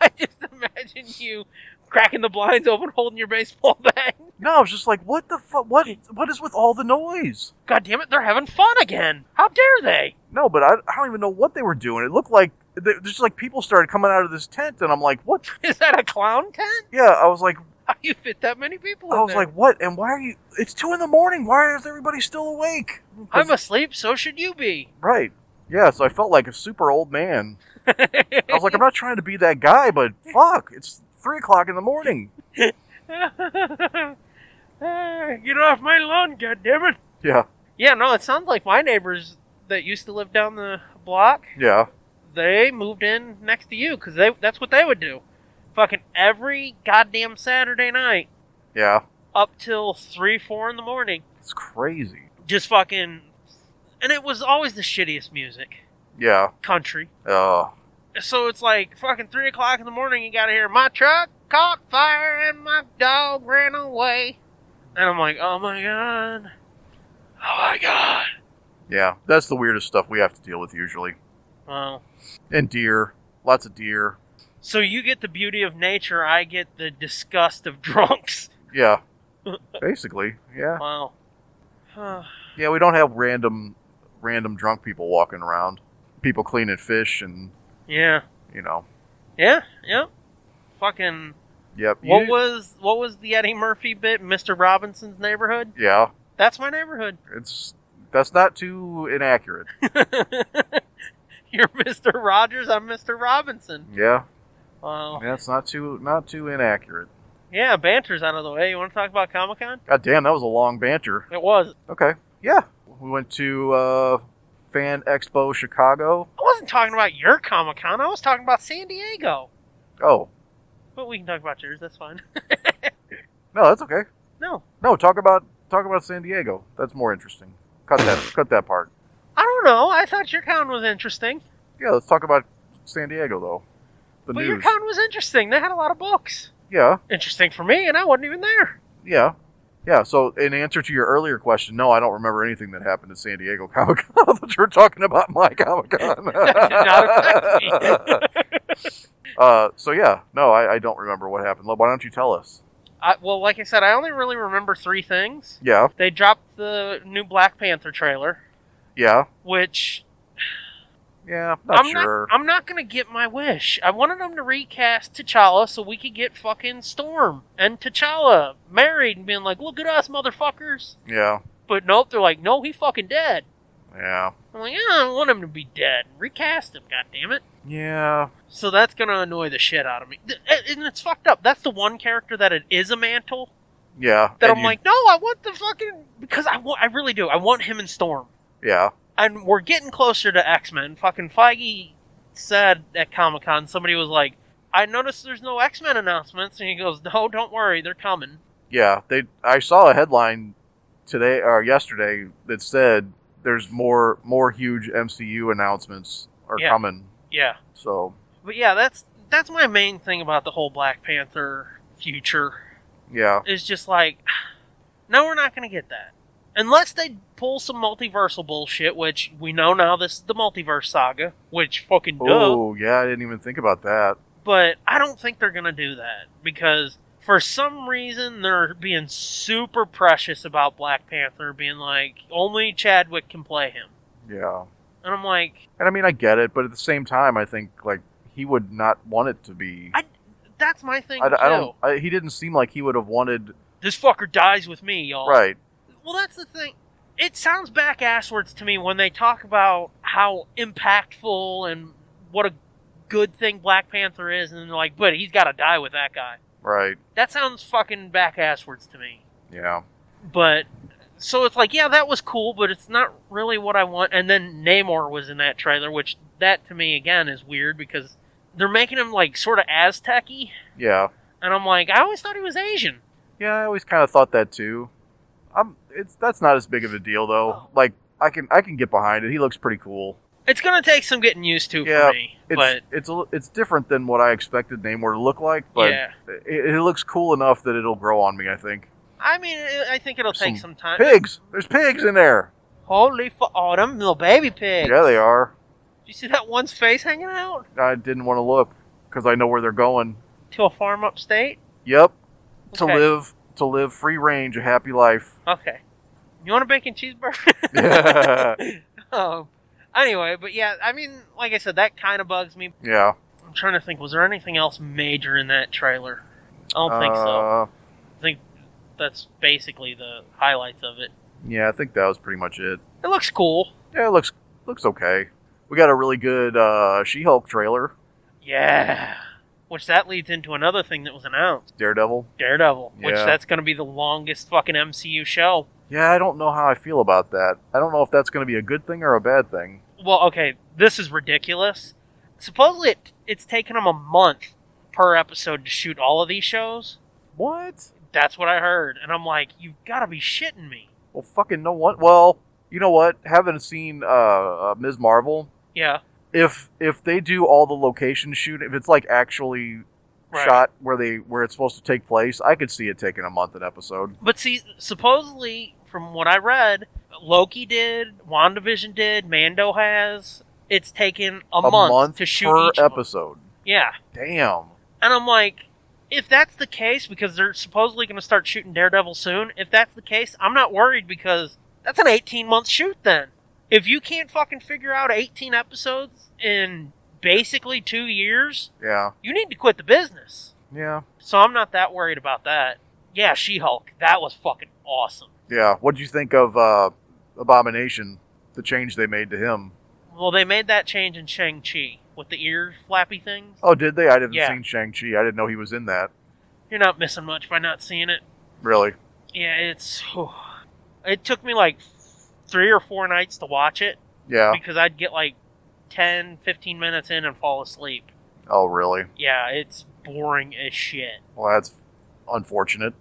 I just imagine you cracking the blinds open, holding your baseball bat. No, I was just like, what the fuck? What? What is with all the noise? God damn it, they're having fun again. How dare they? (laughs) No, but I, I don't even know what they were doing. It looked like there- there's like people started coming out of this tent, and I'm like, what? Is that a clown tent? (laughs) Yeah, I was like, How you fit that many people in I was there? like, what? And why are you? It's two in the morning. Why is everybody still awake? I'm asleep, so should you be. (laughs) right. Yeah, so I felt like a super old man. I was like, I'm not trying to be that guy, but fuck, it's three o'clock in the morning. (laughs) Ah, Get off my lawn, goddammit. Yeah, Yeah, no, it sounds like my neighbors that used to live down the block, yeah, they moved in next to you because that's what they would do. Fucking every goddamn Saturday night yeah. up till 3, 4 in the morning. It's crazy. Just fucking. And it was always the shittiest music. Yeah. Country. Uh, So it's like fucking three o'clock in the morning. You gotta hear my truck caught fire and my dog ran away. And I'm like, oh my god, oh my god. yeah. That's the weirdest stuff we have to deal with usually. Well, And deer, lots of deer. so you get the beauty of nature. I get the disgust of (laughs) drunks. (laughs) Yeah. Basically, yeah. Wow. Huh. Yeah, we don't have random, random drunk people walking around. People cleaning fish and yeah. you know. Yeah. Yep. Fucking. Yep. you- What was what was the Eddie Murphy bit? Mr. Robinson's neighborhood. Yeah. That's my neighborhood. (laughs) It's that's not too inaccurate. You're Mr. Rogers. I'm Mr. Robinson. Yeah, Wow. that's not too not too inaccurate. Yeah, banter's out of the way. You want to talk about Comic Con? God damn, that was a long banter. It was. Okay, yeah, We went to uh, Fan Expo Chicago. I wasn't talking about your Comic Con. I was talking about San Diego. Oh But we can talk about yours. That's fine. no, that's okay. no, No, talk about talk about San Diego. That's more interesting. Cut that cut that part. I don't know. I thought your con was interesting, Yeah, let's talk about San Diego though. The but your news. con was interesting. They had a lot of books. yeah, Interesting for me, and I wasn't even there. yeah, yeah. So in answer to your earlier question, no, I don't remember anything that happened at San Diego (laughs) Comic Con. I thought you were talking about my (laughs) Comic Con. That did not affect me. (laughs) uh, so yeah, no, I, I don't remember what happened. Why don't you tell us? I, well, like I said, I only really remember three things. Yeah, They dropped the new Black Panther trailer, yeah, which yeah. Not I'm Oh, sure. not. I'm not gonna get my wish. I wanted them to recast T'Challa so we could get fucking Storm and T'Challa married and being like, "Look at us, motherfuckers." yeah, But nope, they're like, "No, he fucking dead." yeah, I'm like, "Yeah, I don't want him to be dead. Recast him, goddammit. yeah, So that's gonna annoy the shit out of me, Th- and and it's fucked up. That's the one character that it is a mantle yeah. that And I'm you- like, no, I want the fucking because I want, I really do. I want him and Storm, yeah, and we're getting closer to X Men. Fucking Feige said at Comic Con, somebody was like, I noticed there's no X Men announcements, and he goes, No, don't worry, they're coming. Yeah, they. I saw a headline today or yesterday that said there's more more huge MCU announcements are Yeah. coming. Yeah, So but yeah, that's that's my main thing about the whole Black Panther future yeah, is just like, (sighs) no, we're not going to get that. Unless they pull some multiversal bullshit, which we know now this is the multiverse saga, which fucking dope. oh yeah, I didn't even think about that. But I don't think they're going to do that because for some reason they're being super precious about Black Panther, being like, only Chadwick can play him. Yeah, And I'm like, and I mean I get it, but at the same time, I think like he would not want it to be. I that's my thing. I, d- too. I don't. I, he didn't seem like he would have wanted. This fucker dies with me, y'all. Right. Well, that's the thing. It sounds back asswards to me when they talk about how impactful and what a good thing Black Panther is, and they're like, but he's got to die with that guy. Right. That sounds fucking back asswards to me. Yeah. But so it's like, yeah, that was cool, but it's not really what I want. And then Namor was in that trailer, which that to me again is weird because they're making him like sort of Aztec-y, Yeah. and I'm like, I always thought he was Asian. Yeah, I always kind of thought that too. Um, it's that's not as big of a deal Oh. though. Like I can I can get behind it. He looks pretty cool. It's gonna take some getting used to Yeah, for me, It's but it's a, li- it's different than what I expected Namor to look like, but yeah. it, it looks cool enough that it'll grow on me. I think I mean, I- I think it'll take some time. pigs. There's pigs in there. Holy for autumn, little baby pig. Yeah, they are. Did you see that one's face hanging out I didn't want to look because I know where they're going. to a farm upstate? Yep, to Okay. live to live free range, a happy (laughs) life. (laughs) Okay. You want a bacon cheeseburger? (laughs) yeah, um, anyway, but yeah, I mean, like I said, that kind of bugs me. I I'm trying to think, was there anything else major in that trailer? I don't think Uh, so. I think that's basically the highlights of it. Yeah, I think that was pretty much it. It looks cool. Yeah, it looks looks okay. We got a really good uh, She-Hulk trailer, Yeah. Which that leads into another thing that was announced. Daredevil. Daredevil, which Yeah. that's going to be the longest fucking MCU show. Yeah, I don't know how I feel about that. I don't know if that's going to be a good thing or a bad thing. Well, okay, this is ridiculous. Supposedly, it, it's taken them a month per episode to shoot all of these shows. What? That's what I heard, and I'm like, you've got to be shitting me. Well, fucking no one. Well, you know what? Having seen uh, uh, Ms. Marvel, Yeah, if if they do all the location shoot, if it's like actually right. shot where they where it's supposed to take place, I could see it taking a month an episode. But see, supposedly, from what I read, Loki did, WandaVision did, Mando has. It's taken a, a month, to shoot per each one. episode. Yeah, Damn. And I'm like, if that's the case, because they're supposedly going to start shooting Daredevil soon, if that's the case, I'm not worried because that's an 18 month shoot then. If you can't fucking figure out 18 episodes in basically two years, Yeah. you need to quit the business. Yeah. So I'm not that worried about that. Yeah, She Hulk. That was fucking awesome. Yeah. What would you think of uh, Abomination? The change they made to him. Well, they made that change in Shang-Chi with the ear flappy things. Oh, did they? I didn't Yeah. seen Shang Chi. I didn't know he was in that. You're not missing much by not seeing it. (sighs) Really? Yeah, it's. It took me like three or four nights to watch it Yeah. because I'd get like 10, 15 minutes in and fall asleep. Oh, really? Yeah, it's boring as shit. Well, that's unfortunate.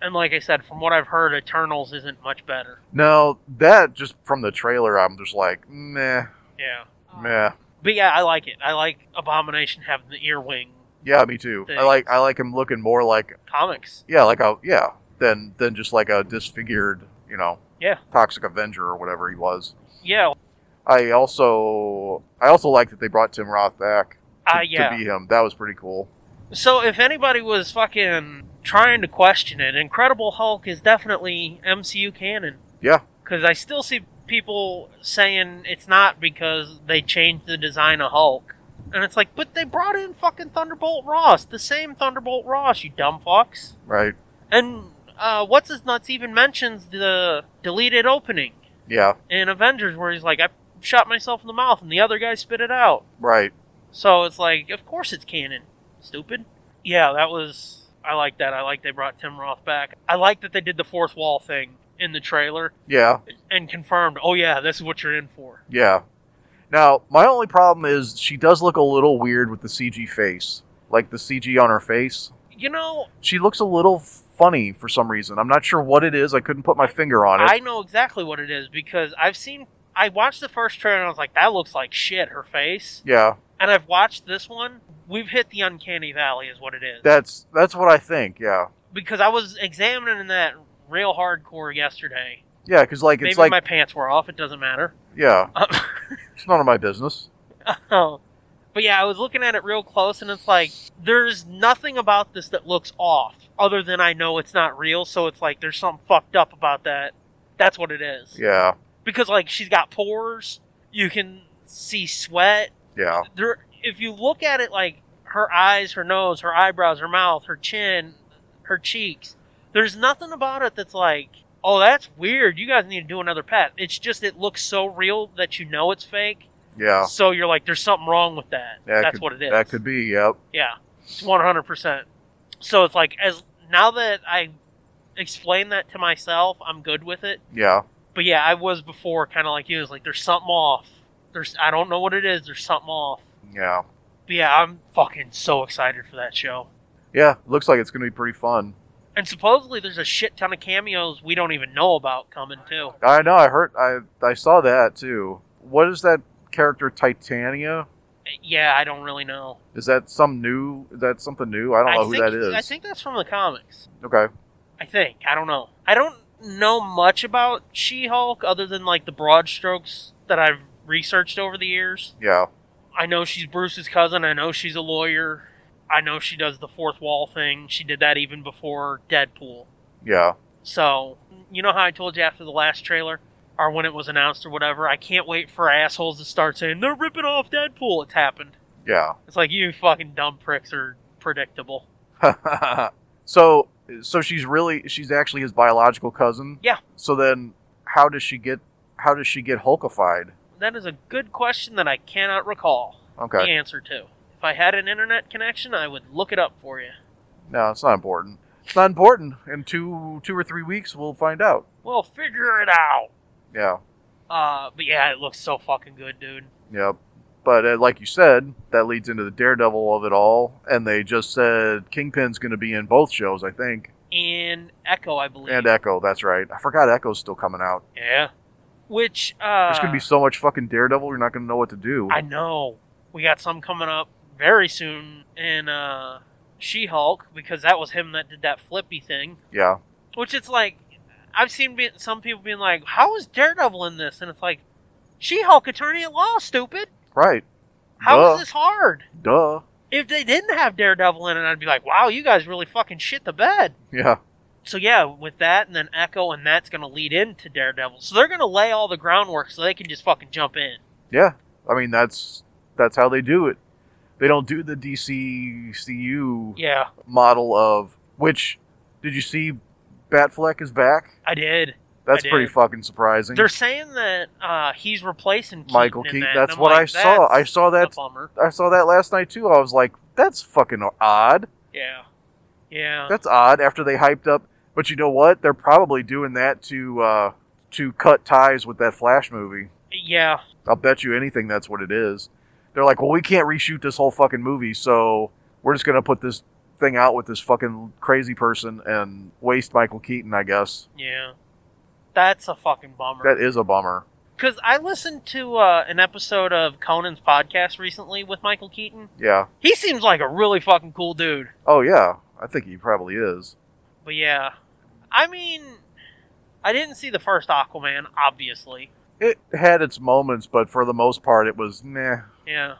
And like I said, from what I've heard, Eternals isn't much better. No, that just from the trailer, I'm just like, meh, Yeah. meh. But yeah, I like it. I like Abomination having the earwing Yeah, me too. I Thanks. like I like him looking more like comics. yeah, like a yeah, than than just like a disfigured, you know, Yeah. toxic Avenger or whatever he was. Yeah. I also I also like that they brought Tim Roth back to, Uh, yeah. to be him. That was pretty cool. So if anybody was fucking trying to question it, Incredible Hulk is definitely MCU canon. Yeah. Because I still see people saying it's not because they changed the design of Hulk. And it's like, but they brought in fucking Thunderbolt Ross, the same Thunderbolt Ross, you dumb fucks. Right? And uh, what's his nuts even mentions the deleted opening Yeah. in Avengers where he's like, I shot myself in the mouth and the other guy spit it out. Right. So it's like, of course it's canon. Stupid. Yeah, that was. I like that. I like they brought Tim Roth back. I like that they did the fourth wall thing in the trailer Yeah. and confirmed, oh yeah, this is what you're in for. Yeah. Now, my only problem is she does look a little weird with the CG face. Like the CG on her face. You know, She looks a little funny for some reason. I'm not sure what it is. I couldn't put my finger on it. I know exactly what it is because I've seen. I watched the first trailer and I was like, that looks like shit, her face. yeah. And I've watched this one. We've hit the uncanny valley, is what it is. That's that's what I think. Yeah. because I was examining that real hardcore yesterday. Yeah, cuz like Maybe it's like my pants were off. It doesn't matter. (laughs) yeah. Uh, It's none of my business. Oh. But yeah, I was looking at it real close and it's like there's nothing about this that looks off other than I know it's not real, so it's like there's something fucked up about that. That's what it is. Yeah. Because like she's got pores, you can see sweat. Yeah. There if you look at it like her eyes, her nose, her eyebrows, her mouth, her chin, her cheeks, there's nothing about it that's like, "Oh, that's weird. You guys need to do another pet." It's just it looks so real that you know it's fake. Yeah. So you're like, there's something wrong with that. That That's could- what it is. That could be. Yep. Yeah, it's 100. percent So it's like as now that I explain that to myself, I'm good with it. Yeah. But yeah, I was before, kind of like you. It's like there's something off. There's I don't know what it is. There's something off. Yeah. But yeah, I'm fucking so excited for that show. Yeah, looks like it's going to be pretty fun. And supposedly there's a shit ton of cameos we don't even know about coming too. I know. I heard. I I saw that too. What is that character Titania? Yeah, I don't really know. Is that some new? Is that something new? I don't know who think, that is. I think that's from the comics. okay. I think. I don't know. I don't know much about She Hulk other than like the broad strokes that I've researched over the years. Yeah. I know she's Bruce's cousin. I know she's a lawyer. I know she does the fourth wall thing. She did that even before Deadpool. Yeah. So, you know how I told you after the last trailer or when it was announced or whatever? I can't wait for assholes to start saying they're ripping off Deadpool. It's happened. Yeah. It's like you fucking dumb pricks are predictable. (laughs) so so she's really she's actually his biological cousin. Yeah. So then how does she get how does she get Hulkified? That is a good question that I cannot recall. Okay. the answer to. If I had an internet connection, I would look it up for you. No, it's not important. It's not important. In two two or three weeks we'll find out. We'll figure it out. Yeah. Uh, but yeah, it looks so fucking good, dude. Yep. But uh, like you said, that leads into the Daredevil of it all, and they just said Kingpin's going to be in both shows, I think, And Echo, I believe. and uh, Echo. That's right. I forgot Echo's still coming out. yeah. Which uh, There's going to be so much fucking Daredevil, you're not going to know what to do. I know we got some coming up very soon in uh, She-Hulk because that was him that did that flippy thing. yeah, Which it's like I've seen be- some people being like, "How is Daredevil in this?" And it's like, "She-Hulk, attorney at law, stupid. right. How is Duh. this hard?" Duh. if they didn't have Daredevil in it, I'd be like, wow, you guys really fucking shit the bed. Yeah. So yeah, with that and then Echo and that's gonna lead into Daredevil. So they're gonna lay all the groundwork so they can just fucking jump in. Yeah. I mean, that's that's how they do it. They don't do the DCCU Yeah, model of which. Did you see Batfleck is back? I did. That's I pretty did. fucking surprising. They're saying that uh, he's replacing Keaton Michael in Keaton. that, That's and I'm what like, I saw. I "That's saw that a bummer. I saw that last night too. I was like, that's fucking odd. Yeah, yeah. That's odd after they hyped up. But you know what? They're probably doing that to uh, to cut ties with that Flash movie. Yeah. I'll bet you anything that's what it is. They're like, well, we can't reshoot this whole fucking movie, so we're just gonna put this thing out with this fucking crazy person and waste Michael Keaton, I guess. Yeah. That's a fucking bummer. That is a bummer. Because I listened to uh, an episode of Conan's podcast recently with Michael Keaton. Yeah. He seems like a really fucking cool dude. Oh yeah. I think he probably is. But yeah, I mean, I didn't see the first Aquaman, obviously. It had its moments, but for the most part, it was nah. Yeah.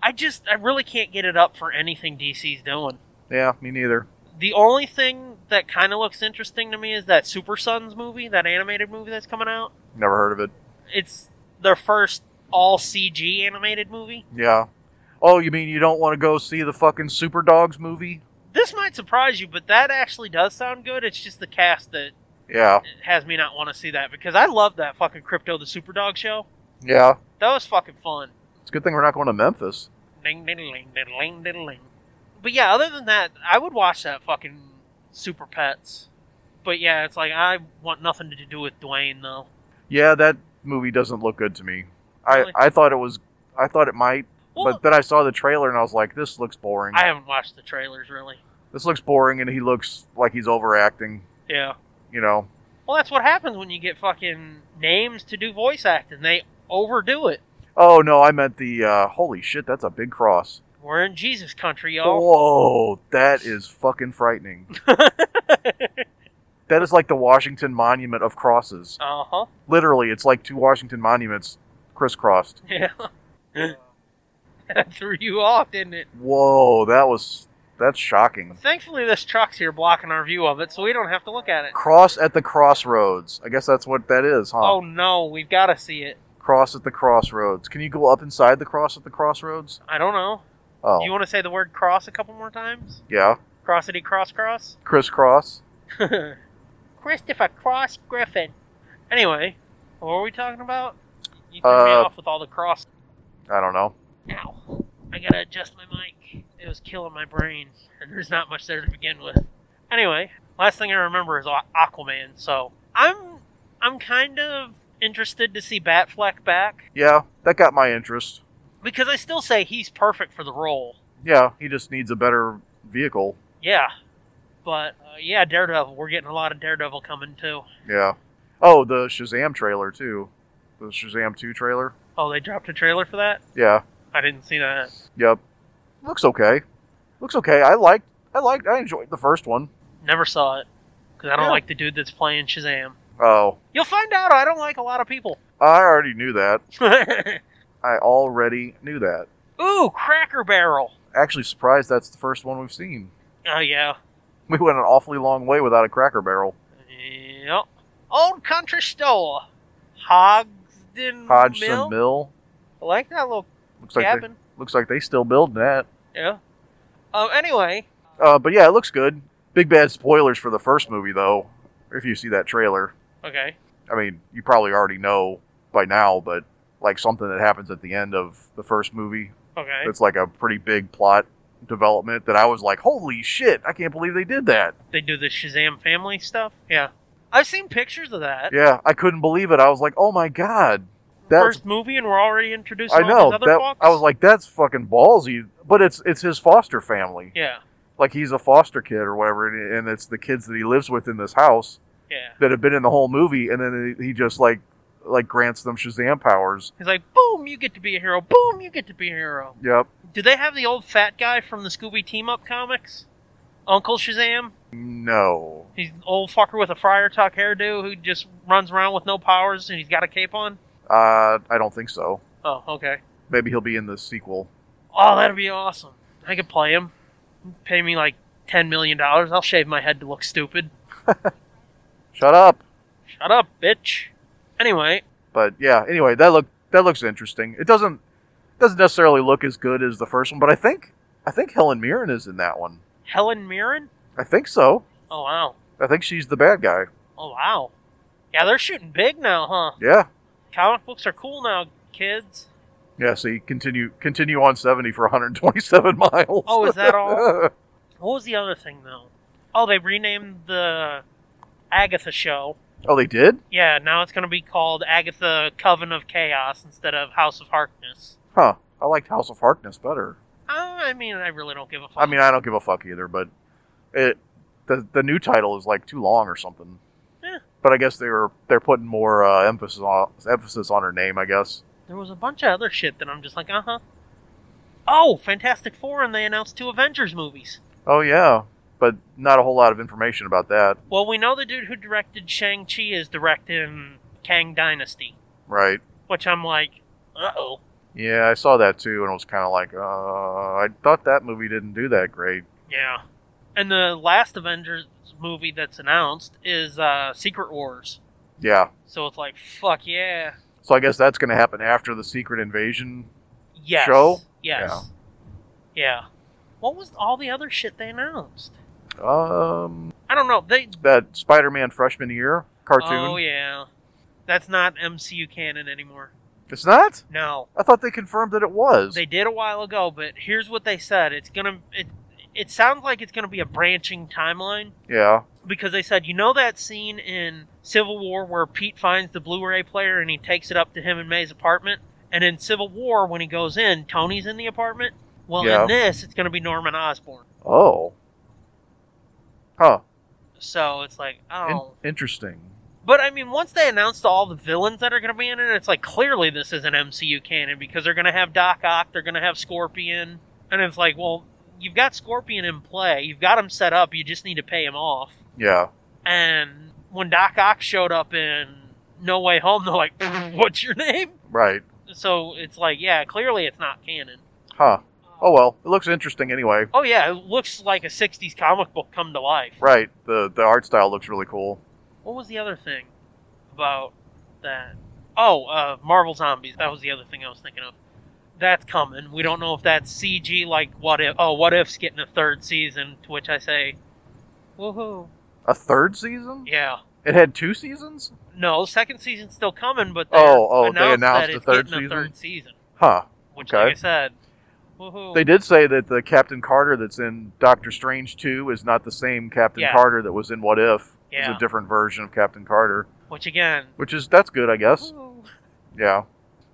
I just, I really can't get it up for anything DC's doing. Yeah, me neither. The only thing that kind of looks interesting to me is that Super Sons movie, that animated movie that's coming out. Never heard of it. It's their first all CG animated movie. Yeah. Oh, you mean you don't want to go see the fucking Super Dogs movie? This might surprise you, but that actually does sound good. It's just the cast that Yeah. has me not want to see that because I love that fucking Crypto the Superdog show. Yeah. That was fucking fun. It's a good thing we're not going to Memphis. Ding, ding, ding, ding, ding, ding, ding. But yeah, other than that, I would watch that fucking Super Pets. But yeah, it's like I want nothing to do with Dwayne though. Yeah, that movie doesn't look good to me. I, Really? I thought it was I thought it might, Well, but then I saw the trailer and I was like, this looks boring. I haven't watched the trailers really. this looks boring and he looks like he's overacting, Yeah. you know. Well, that's what happens when you get fucking names to do voice acting. They overdo it. Oh no, I meant the uh, holy shit, that's a big cross. We're in Jesus country, y'all. Whoa, that is (laughs) fucking frightening. That is like the Washington Monument of crosses. uh huh. Literally, it's like two Washington monuments crisscrossed. (laughs) Yeah. that threw you off, didn't it? Whoa, that was that's shocking. Thankfully, this truck's here blocking our view of it, so we don't have to look at it. Cross at the crossroads. I guess that's what that is, huh? Oh no, we've got to see it. Cross at the crossroads. Can you go up inside the cross at the crossroads? I don't know. Oh, Do you want to say the word cross a couple more times? yeah. Crossity cross cross? (laughs) Crisscross. Christopher Cross Griffin. Anyway, what were we talking about? You threw me Uh, off with all the cross. I don't know. Ow. I gotta adjust my mic. It was killing my brain, and there's not much there to begin with. Anyway, last thing I remember is Aqu- Aquaman, so I'm I'm kind of interested to see Batfleck back Yeah, that got my interest. because I still say he's perfect for the role. Yeah, he just needs a better vehicle. Yeah, but uh, yeah, Daredevil. We're getting a lot of Daredevil coming too. Yeah. Oh, the Shazam trailer too. The Shazam 2 trailer. Oh, they dropped a trailer for that. Yeah. I didn't see that. Yep. Looks okay. Looks okay. I liked I liked I enjoyed the first one. Never saw it because I don't Yeah. like the dude that's playing Shazam. Oh, You'll find out. I don't like a lot of people. (laughs) I already knew that. I already knew that. Ooh, Cracker Barrel. Actually surprised that's the first one we've seen. (laughs) Oh yeah. We went an awfully long way without a cracker barrel. Yep. Old country store. Hogsden Hodgson Mm, Mill. Mill. I like that little Looks like they, cabin. looks like they still building that. Yeah. Um. Anyway, Uh, but yeah, it looks good. Big bad spoilers for the first movie though. If you see that trailer, okay. I mean, you probably already know by now, but like something that happens at the end of the first movie Okay. It's like a pretty big plot development that I was like, holy shit, I can't believe they did that. They do the Shazam family stuff. Yeah. I've seen pictures of that. Yeah, I couldn't believe it. I was like, oh my god, that's First movie, and we're already introducing I all know these other that. fucks? I was like, that's fucking ballsy. But it's it's his foster family. yeah, Like he's a foster kid or whatever, and, and it's the kids that he lives with in this house yeah. that have been in the whole movie, and then he he just like like grants them Shazam powers. He's like, boom, you get to be a hero. Boom, you get to be a hero. Yep. Do they have the old fat guy from the Scooby Team Up comics? Uncle Shazam? No. He's an old fucker with a friar tuck hairdo who just runs around with no powers and he's got a cape on? Uh, I don't think so. Oh, okay. Maybe he'll be in the sequel. Oh, that'd be awesome. I could play him. Pay me like $10 million. I'll shave my head to look stupid. Shut up. Shut up, bitch. Anyway, But yeah, anyway, that look that looks interesting. It doesn't doesn't necessarily look as good as the first one, but I think I think Helen Mirren is in that one. Helen Mirren? I think so. Oh, wow. I think she's the bad guy. Oh, wow. Yeah, they're shooting big now, huh? Yeah. Comic books are cool now, kids. Yeah, see, continue continue on 70 for 127 (laughs) miles. Oh, is that all? What was the other thing though? Oh, they renamed the Agatha show (laughs) Oh, they did? Yeah, now it's going to be called Agatha Coven of Chaos instead of House of Harkness. Huh. I liked House of Harkness better. Uh, I mean, I really don't give a fuck. I mean, I don't give a fuck either, but it the the new title is like too long or something. Yeah. But I guess they were they're putting more uh, emphasis on emphasis on her name. I guess. there was a bunch of other shit that I'm just like, uh huh. Oh, Fantastic Four, and they announced two Avengers movies. Oh yeah, but not a whole lot of information about that, Well, we know the dude who directed Shang Chi is directing Kang Dynasty, right? which I'm like, uh oh. Yeah, I saw that too, and it was kind of like, uh, I thought that movie didn't do that great. Yeah. And the last Avengers movie that's announced is uh, Secret Wars. Yeah. So it's like, fuck yeah. So I guess that's going to happen after the Secret Invasion. Yes. Show? Yes. Yeah. What was all the other shit they announced? Um, I don't know. They that Spider-Man freshman year cartoon. Oh yeah. That's not MCU canon anymore. It's not. No. I thought they confirmed that it was. They did a while ago, but here's what they said. It's gonna it it sounds like it's gonna be a branching timeline yeah. because they said, you know that scene in Civil War where Pete finds the Blu-ray player and he takes it up to him in May's apartment? And in Civil War when he goes in, Tony's in the apartment? Well Yeah. in this it's gonna be Norman Osborn. Oh. Huh. So it's like, In- oh interesting. But I mean, once they announced all the villains that are going to be in it, it's like clearly this is an MCU canon because they're going to have Doc Ock, they're going to have Scorpion, and it's like, well, you've got Scorpion in play, you've got him set up, you just need to pay him off. Yeah. And when Doc Ock showed up in No Way Home, they're like, (laughs) "What's your name?" Right. So it's like, yeah, clearly it's not canon. Huh. Oh well, it looks interesting anyway. Oh yeah, it looks like a '60s comic book come to life. Right. The the art style looks really cool. What was the other thing about that? Oh, uh, Marvel Zombies. That was the other thing I was thinking of. That's coming. We don't know if that's CG, like what if? Oh, what if's getting a third season? To which I say, woohoo! A third season? Yeah. It had two seasons? No, second season's still coming, but they Oh, oh, they that announced it's the third getting a season? third season, Huh. which, Okay. like I said, woohoo! They did say that the Captain Carter that's in Doctor Strange 2 is not the same Captain Yeah. Carter that was in What If. It's Yeah. a different version of Captain Carter, Which again, which is that's good, I guess. woohoo. Yeah.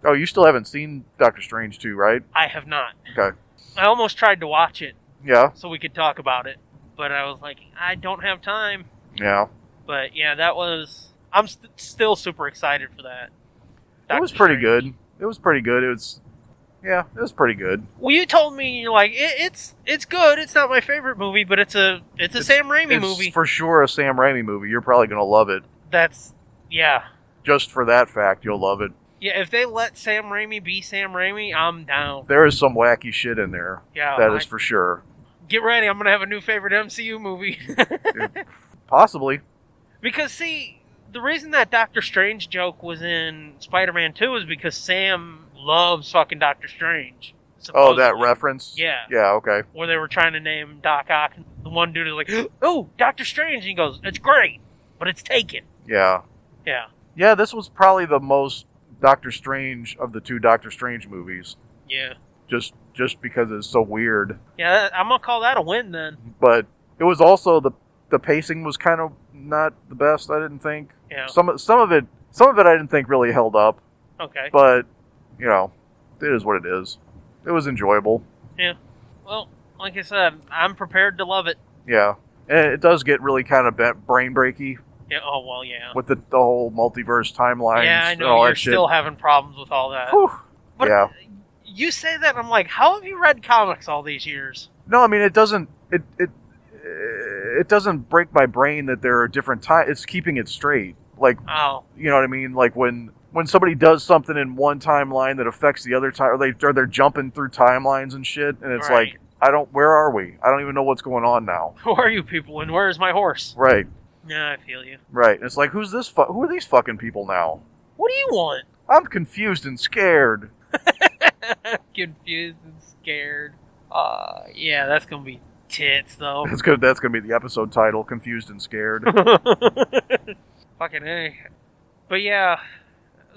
Oh, you still haven't seen Doctor Strange 2, right? I have not. Okay. I almost tried to watch it Yeah. so we could talk about it, but I was like, I don't have time. Yeah. But yeah, that was. I'm st- still super excited for that. it Doctor was pretty Strange. good. It was pretty good. It was Yeah, it was pretty good. Well, you told me you're like it, it's it's good. It's not my favorite movie, but it's a it's a It's- Sam Raimi it's movie. for sure a Sam Raimi movie. You're probably going to love it. That's yeah Just for that fact, you'll love it. yeah. If they let Sam Raimi be Sam Raimi, I'm down. There is some wacky shit in there. Yeah, that Oh, I- is (laughs) for sure. get ready. I'm gonna have a new favorite MCU movie. (laughs) Possibly. because see, the reason that Doctor Strange joke was in Spider-Man Two is because Sam loves fucking Doctor Strange. Oh, that supposedly. reference? Yeah. Yeah, okay. where they were trying to name Doc Ock. and The one dude is like, (gasps) "Oh, Doctor Strange," and he goes, "It's great, but it's taken." Yeah. Yeah, Yeah, this was probably the most Doctor Strange of the two Doctor Strange movies. yeah, Just just because it's so weird. yeah. That, I'm gonna call that a win then. But it was also the the pacing was kind of not the best, I didn't think. Yeah. Some some of it some of it I didn't think really held up, Okay. but you know, it is what it is. It was enjoyable. Well, like I said, I'm prepared to love it. Yeah. And it does get really kind of ba- brain breaky Yeah. Oh well, yeah. with the, the whole multiverse timelines yeah, I and all know you're that shit. still having problems with all that. Whew. But yeah. you say that, and I'm like, how have you read comics all these years? No, I mean it doesn't. It it it doesn't break my brain that there are different time. It's keeping it straight. Like Oh, you know what I mean. Like when when somebody does something in one timeline that affects the other time, or they or they're jumping through timelines and shit, and it's Right. like I don't. Where are we? I don't even know what's going on now. (laughs) who are you people, and where is my horse? Right, Yeah, I feel you. right. It's like who's this? Fu- who are these fucking people now? What do you want? I'm confused and scared. (laughs) Confused and scared. Uh, yeah, that's gonna be tits though. (laughs) That's good. That's gonna be the episode title: Confused and (laughs) Scared. fucking A. But yeah,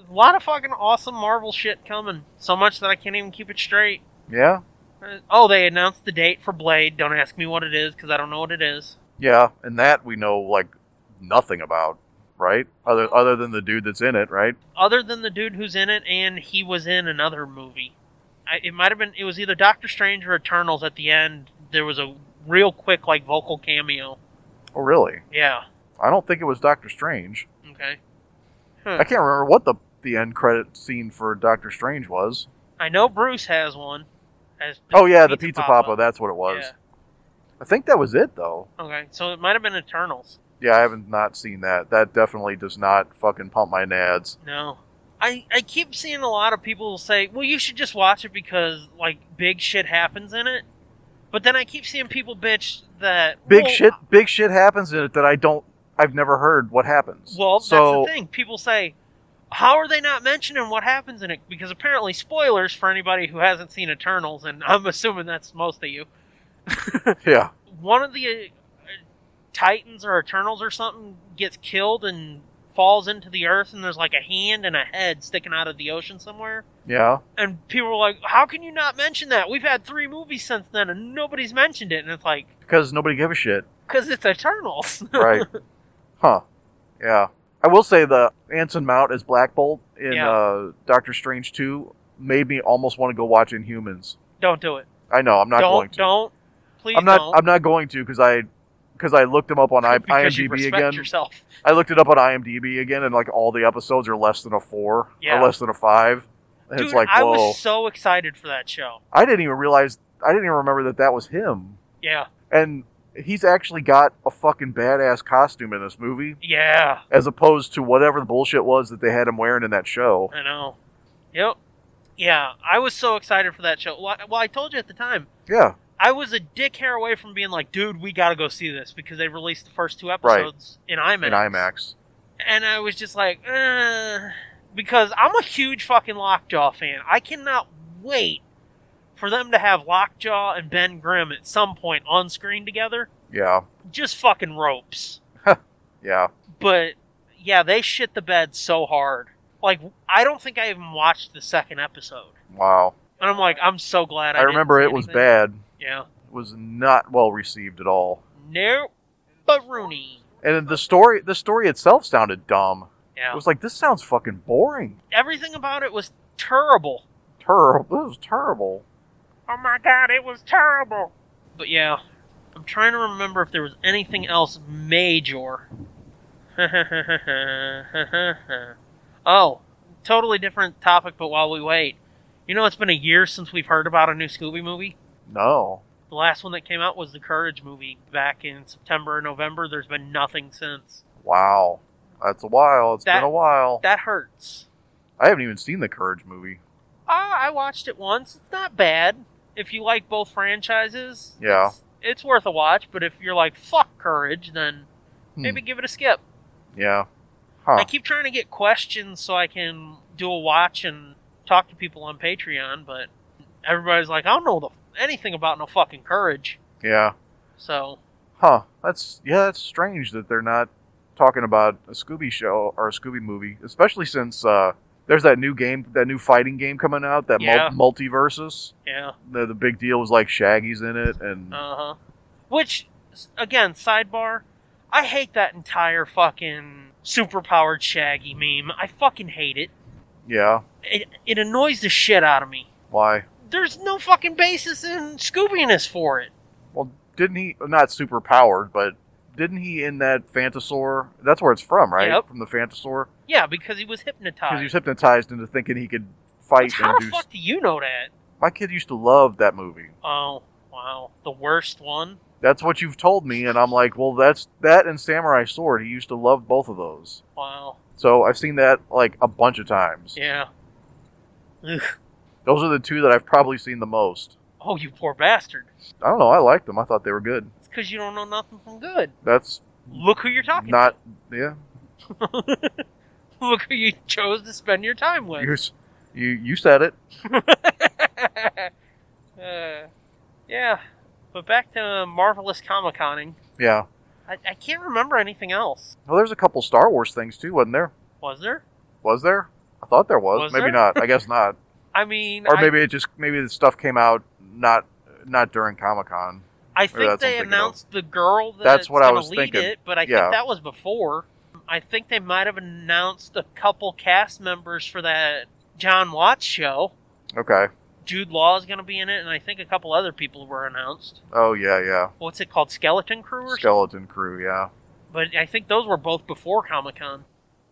a lot of fucking awesome Marvel shit coming. So much that I can't even keep it straight. yeah, Uh, Oh, they announced the date for Blade. Don't ask me what it is because I don't know what it is. yeah. And that we know like nothing about. right? Other other than the dude that's in it, right? other than the dude who's in it, and he was in another movie. I, it might have been it was either Doctor Strange or Eternals. At the end, there was a real quick like vocal cameo. Oh, really? Yeah. I don't think it was Doctor Strange. Okay. I can't remember what the the end credit scene for Doctor Strange was. I know Bruce has one. Has Oh yeah, the Pizza Papa. That's what it was. Yeah. I think that was it though. Okay, so it might have been Eternals. Yeah, I haven't not seen that. That definitely does not fucking pump my nads. No. I, I keep seeing a lot of people say, well, you should just watch it because, like, big shit happens in it. But then I keep seeing people bitch that. Big well, shit, big shit happens in it that I don't. I've never heard what happens. Well, so that's the thing. People say, how are they not mentioning what happens in it? Because apparently, spoilers for anybody who hasn't seen Eternals, and I'm (laughs) assuming that's most of you. (laughs) yeah, One of the uh, uh, Titans or Eternals or something gets killed and falls into the earth, and there's like a hand and a head sticking out of the ocean somewhere. yeah. And people were like, how can you not mention that? We've had three movies since then, and nobody's mentioned it. And it's like, Because nobody gave a shit. because it's Eternals. (laughs) right? Huh? Yeah. I will say the Anson Mount as Black Bolt in Yeah. uh, Doctor Strange Two made me almost want to go watch Inhumans. don't do it. I know I'm not don't, going to. don't. Please I'm not. don't. I'm not going to because I because I looked them up on (laughs) I, because you IMDb respect again. yourself. I looked it up on IMDb again, and like all the episodes are less than a four Yeah. or less than a five. And Dude, it's like I whoa! was so excited for that show. I didn't even realize. I didn't even remember that that was him. Yeah, And he's actually got a fucking badass costume in this movie. yeah, as opposed to whatever the bullshit was that they had him wearing in that show. I know. Yep. Yeah, I was so excited for that show. Well, I- well, I told you at the time, Yeah, I was a dick hair away from being like, dude, we gotta go see this because they released the first two episodes in IMAX. in IMAX. And I was just like, eh. because I'm a huge fucking Lockjaw fan. I cannot wait for them to have Lockjaw and Ben Grimm at some point on screen together. Yeah, Just fucking ropes. yeah. but yeah, they shit the bed so hard. Like I don't think I even watched the second episode, Wow. and I'm like, I'm so glad I. I, didn't remember see it was anything. bad. Yeah. It was not well received at all. No, but Rooney. And the story, the story itself sounded dumb. It Yeah. was like this sounds fucking boring. Everything about it was terrible. Terrible. This is terrible. Oh my god, it was terrible. But yeah, I'm trying to remember if there was anything else major. (laughs) oh, totally different topic, but while we wait, you know it's been a year since we've heard about a new Scooby movie. No. The last one that came out was the Courage movie back in September or November. There's been nothing since. Wow. That's a while. It's That- been a while. That hurts. I haven't even seen the Courage movie. Ah, I watched it once. It's not bad. If you like both franchises, Yeah. it's, it's worth a watch. But if you're like, fuck Courage, then Hmm. maybe give it a skip. Yeah. Huh. I keep trying to get questions so I can do a watch and talk to people on Patreon, but everybody's like, I don't know the, anything about no fucking Courage. Yeah. So, Huh. That's yeah. That's strange that they're not talking about a Scooby show or a Scooby movie, especially since uh, there's that new game, that new fighting game coming out, that Yeah. mul- multiversus. yeah. The, the big deal was like Shaggy's in it, and Uh huh. Which, s- again, sidebar, I hate that entire fucking superpowered Shaggy meme. I fucking hate it. yeah, It it annoys the shit out of me. why? There's no fucking basis in Scoobiness for it. Well, didn't he not super powered, but didn't he in that Phantasaur? That's where it's from, right? Yep. From the Phantasaur, Yeah, because he was because he hypnotized. was hypnotized into thinking he could fight Which, and how the do. fuck do you know that? My kid used to love that movie. Oh, wow, the worst one. That's what you've told me, and I'm like, well, that's that and Samurai Sword. He used to love both of those. Wow. So I've seen that like a bunch of times. Yeah. Ugh. Those are the two that I've probably seen the most. Oh, you poor bastard. I don't know. I liked them. I thought they were good. It's because you don't know nothing from good. That's Look who you're talking. not. Yeah. to. (laughs) Look who you chose to spend your time with. You, s- you you said it. uh, (laughs) yeah, but back to marvelous comic conning. Yeah. I, I can't remember anything else. Well, there's a couple Star Wars things too, wasn't there? Was there? Was there? I thought there was. Was maybe there? not. I (laughs) guess not. I mean, Or I- maybe it just maybe the stuff came out not not during Comic Con. I, that's think what I'm they thinking of. announced the girl that That's what I gonna was lead thinking. it, but I Yeah. think that was before. I think they might have announced a couple cast members for that John Watts show. Okay. Jude Law is going to be in it, and I think a couple other people were announced. Oh yeah, yeah. What's it called? Skeleton Crew or something? Skeleton crew. Yeah. But I think those were both before Comic Con.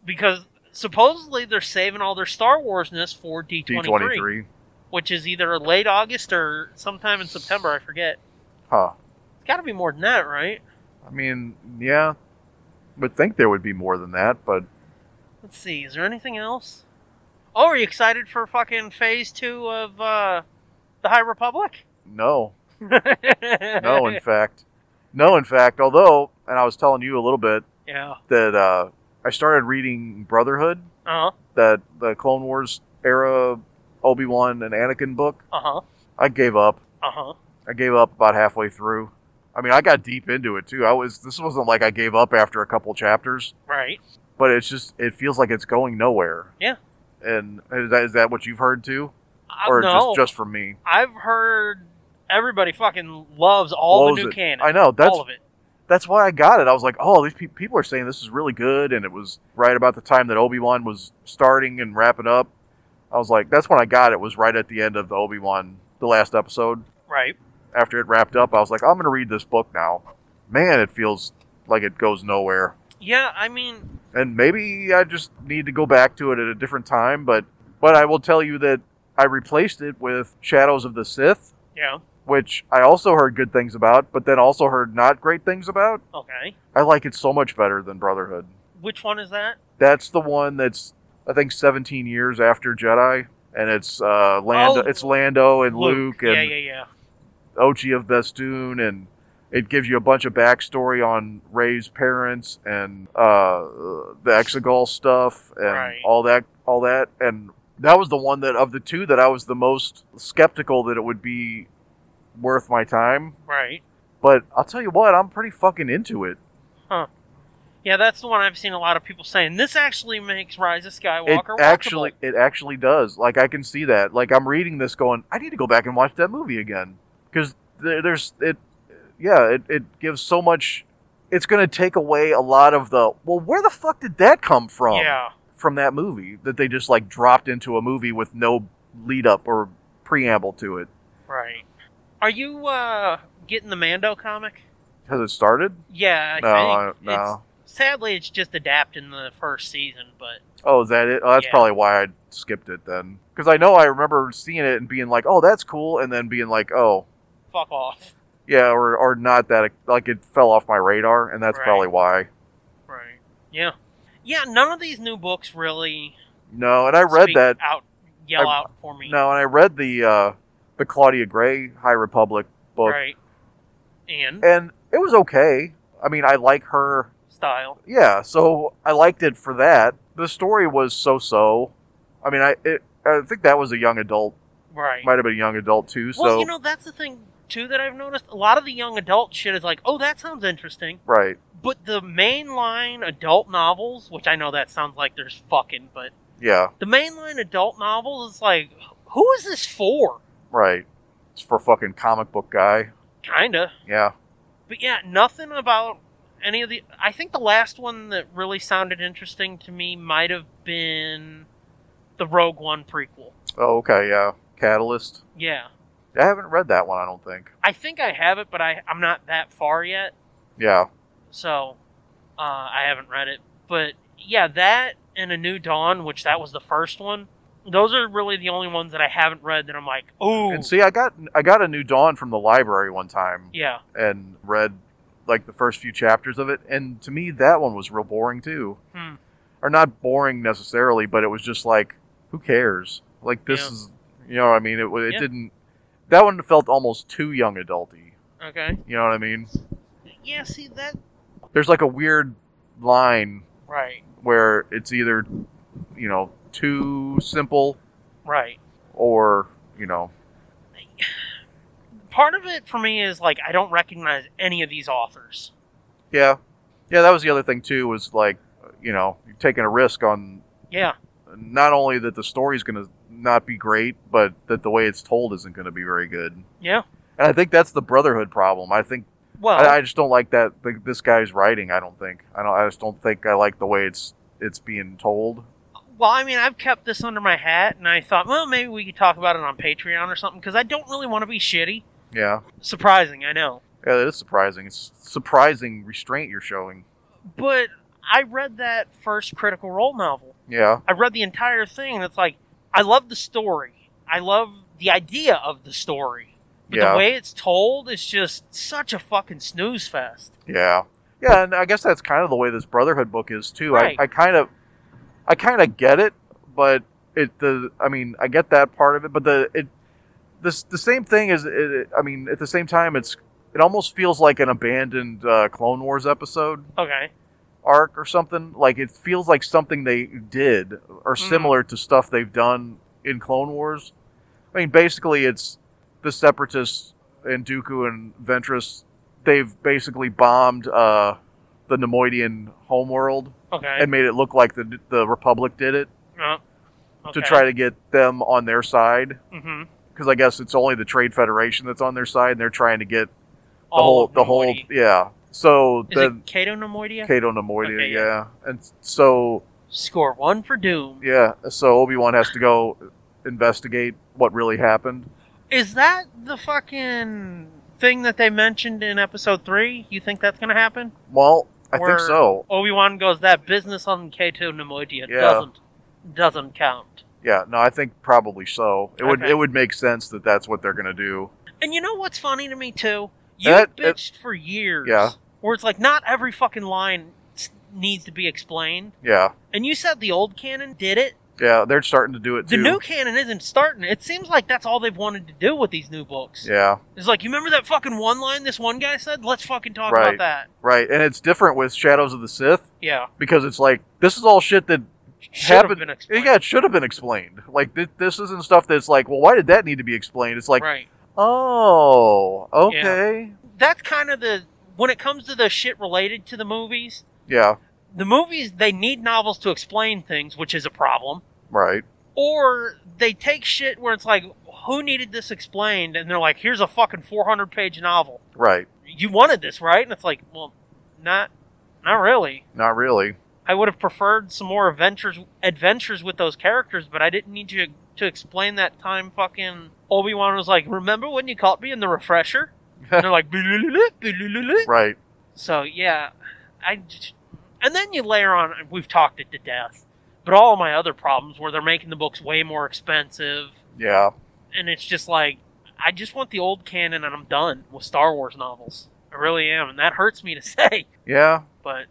Because supposedly they're saving all their Star Warsness for D D23, twenty three. which is either late August or sometime in September, I forget. Huh. It's got to be more than that, right? I mean, yeah. Would think there would be more than that, but Let's see. Is there anything else? Oh, are you excited for fucking phase two of uh, the High Republic? no, (laughs) no. no. (laughs) In fact, no. In fact, although, and I was telling you a little bit (laughs) Yeah. that uh, I started reading Brotherhood, Uh huh. that the Clone Wars era Obi Wan and Anakin book. Uh huh. I gave up. Uh huh. I gave up about halfway through. I mean, I got deep into it too. I was. This wasn't like I gave up after a couple chapters. Right. but it's just it feels like it's going nowhere. Yeah. And is that, is that what you've heard too, I, or Uh, no, just just from me? I've heard everybody fucking loves all Loves the new it. canon. I know that's all of it. that's why I got it. I was like, oh, these pe- people are saying this is really good, and it was right about the time that Obi Wan was starting and wrapping up. I was like, that's when I got it. Was right at the end of the Obi Wan the last episode Right. after it wrapped up. I was like, I'm gonna read this book now. Man, it feels like it goes nowhere. Yeah. I mean, and maybe I just need to go back to it at a different time. But but I will tell you that I replaced it with Shadows of the Sith, yeah. which I also heard good things about, but then also heard not great things about. Okay. I like it so much better than Brotherhood. Which one is that? That's the one that's I think 17 years after Jedi, and it's uh, Lando, Oh. it's Lando and Luke, Yeah. and Yeah. Yeah. Ochi of Bestoon, and it gives you a bunch of backstory on Ray's parents and uh, the Exegol stuff and Right. all that, all that. And that was the one that of the two that I was the most skeptical that it would be worth my time. Right. But I'll tell you what, I'm pretty fucking into it. Yeah. That's the one I've seen a lot of people saying. This actually makes Rise of It Skywalker. actually, watchable." it actually does. Like I can see that. Like I'm reading this, going, I need to go back and watch that movie again because there, there's it. Yeah, it, it gives so much. It's going to take away a lot of the. Well, where the fuck did that come from? Yeah. From that movie that they just like dropped into a movie with no lead up or preamble to it Right. Are you uh, getting the Mando comic? has it started. Yeah. I no, I, think. It's- no. sadly, it's just adapting the first season, but Oh, is that it? Oh, that's Yeah. probably why I skipped it then. Because I know I remember seeing it and being like, "Oh, that's cool," and then being like, "Oh, fuck off. Yeah, or or not that like it fell off my radar, and that's Right. probably why. Right. Yeah. Yeah, none of these new books really No, and I read speak that. out yell I- out for me. No, and I read the uh, the Claudia Gray High Republic book, Right. And and it was okay. I mean, I like her. style. Yeah, so I liked it for that. The story was so so. I mean, I it, I think that was a young adult, Right. might have been a young adult too. So well, you know, that's the thing too that I've noticed. A lot of the young adult shit is like, oh that sounds interesting. right, But the mainline adult novels, which I know that sounds like there's fucking, but yeah, the mainline adult novels is like, who is this for? right. It's for fucking comic book guy. Kinda. Yeah, But yeah, nothing about any of the. I think the last one that really sounded interesting to me might have been the Rogue One prequel. oh okay, yeah. Catalyst. Yeah, I haven't read that one. I don't think. I think I have it, but I I'm not that far yet, Yeah. so uh, I haven't read it. But yeah, that and A New Dawn, which that was the first one. Those are really the only ones that I haven't read that I'm like, ooh, And see, I got I got a new Dawn from the library one time yeah, and read like the first few chapters of it, and to me that one was real boring too, hmm, or not boring necessarily, but it was just like, who cares? Like this Yeah. is, you know, what I mean, it wa- it Yeah. didn't. That one felt almost too young adulty. okay, You know what I mean? yeah. See that There's like a weird line right, where it's either, you know, too simple right. or you know, Part of it for me is like I don't recognize any of these authors. yeah, yeah. That was the other thing too was like, you know, you're taking a risk on Yeah. not only that the story's going to not be great, but that the way it's told isn't going to be very good. Yeah. And I think that's the Brotherhood problem. I think Well, I, I just don't like that like, this guy's writing. I don't think. I don't. I just don't think I like the way it's it's being told. well, I mean, I've kept this under my hat, and I thought, well, maybe we could talk about it on Patreon or something because I don't really want to be shitty. Yeah, Surprising, I know, yeah, it is surprising. It's surprising restraint you're showing. but I read that first Critical Role novel. Yeah, I read the entire thing, and it's like, I love the story. I love the idea of the story. But yeah, the way it's told is just such a fucking snooze fest. yeah, yeah. And I guess that's kind of the way this Brotherhood book is too. Right. I, I kind of, I kind of get it, but it the I mean I get that part of it, but the it this the same thing is it, it, I mean at the same time it's it almost feels like an abandoned uh, Clone Wars episode. Okay. arc or something. Like it feels like something they did or Mhm. similar to stuff they've done in Clone Wars. I mean, basically, it's the Separatists and Dooku and Ventress. They've basically bombed uh, the Nemoidian homeworld Okay. and made it look like the the Republic did it Uh, to try to get them on their side. hmm Because I guess it's only the Trade Federation that's on their side, and they're trying to get the whole All the whole yeah. So Is then it Cato Nemoidia? Cato Nemoidia, Okay, yeah. yeah, and so Score one for Doom. Yeah, so Obi Wan has to go investigate what really happened. Is that the fucking thing that they mentioned in episode three? You think that's gonna happen? Well, I Or- think so. Obi Wan goes that business on Cato Nemoidia Yeah. doesn't doesn't count. Yeah, no, I think probably so. It would Okay. it would make sense that that's what they're gonna do. And you know what's funny to me too? You That- that- bitched for years. Yeah. Where it's like not every fucking line s- needs to be explained. Yeah, And you said the old canon did it. yeah, they're starting to do it The too. new canon isn't starting. It seems like that's all they've wanted to do with these new books. Yeah, It's like you remember that fucking one line this one guy said. Let's fucking talk about Right. that. right, and it's different with Shadows of the Sith Yeah. because it's like this is all shit that Should have Happened- been explained. yeah it should have been explained. Like th- this isn't stuff that's like, well, why did that need to be explained? It's like, right. oh, okay, That's kind of the when it comes to the shit related to the movies. yeah, The movies they need novels to explain things, which is a problem. right, Or they take shit where it's like, who needed this explained? And they're like, here's a fucking 400 page novel. right, You wanted this, right? And it's like, well, not, not really. not really. I would have preferred some more adventures adventures with those characters, but I didn't need you to explain that time fucking Obi Wan was like, Remember when you caught me in the refresher? And they're like, "Blulululu, blulululu." Right, So yeah. I just- and then you layer on we've talked it to death. But all my other problems where they're making the books way more expensive yeah, and it's just like I just want the old canon and I'm done with Star Wars novels. I really am, and that hurts me to (laughs) say. yeah, But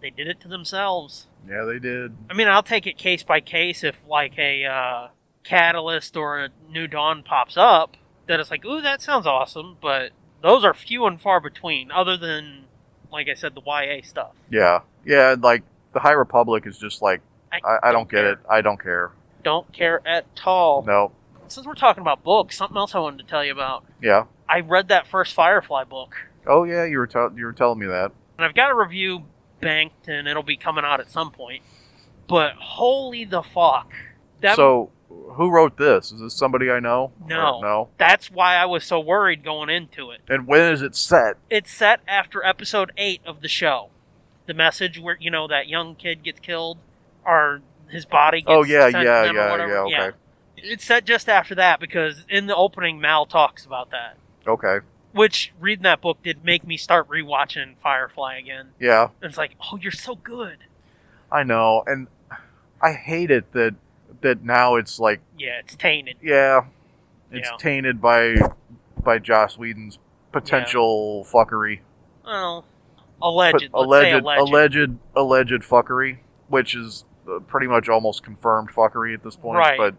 they did it to themselves. yeah, they did. I mean, I'll take it case by case if like a uh, catalyst or a new dawn pops up. That it's like, ooh, that sounds awesome, but those are few and far between. Other than, like I said, the YA stuff. Yeah, yeah. and, Like the High Republic is just like I, I don't get care. it. I don't care. Don't care at all. No. Since we're talking about books, something else I wanted to tell you about. Yeah. I read that first Firefly book, Oh yeah, you were tell you were telling me that. and I've got a review banked, and it'll be coming out at some point. But holy the fuck! That so who wrote this? Is this somebody I know? No. Or- no. that's why I was so worried going into it. And when is it set? it's set after episode eight of the show. The message where you know that young kid gets killed, or his body. Gets Oh, yeah, sent yeah, to them or yeah, whatever. yeah, okay. It's set just after that because in the opening, Mal talks about that. Okay. Which reading that book did make me start rewatching Firefly again. Yeah, And it's like, oh, you're so good. I know, and I hate it that that now it's like Yeah, it's tainted. yeah, it's Yeah. tainted by by Joss Whedon's potential fuckery, Well, alleged. But let's say alleged, alleged, alleged fuckery, which is uh, pretty much almost confirmed fuckery at this point. Right. But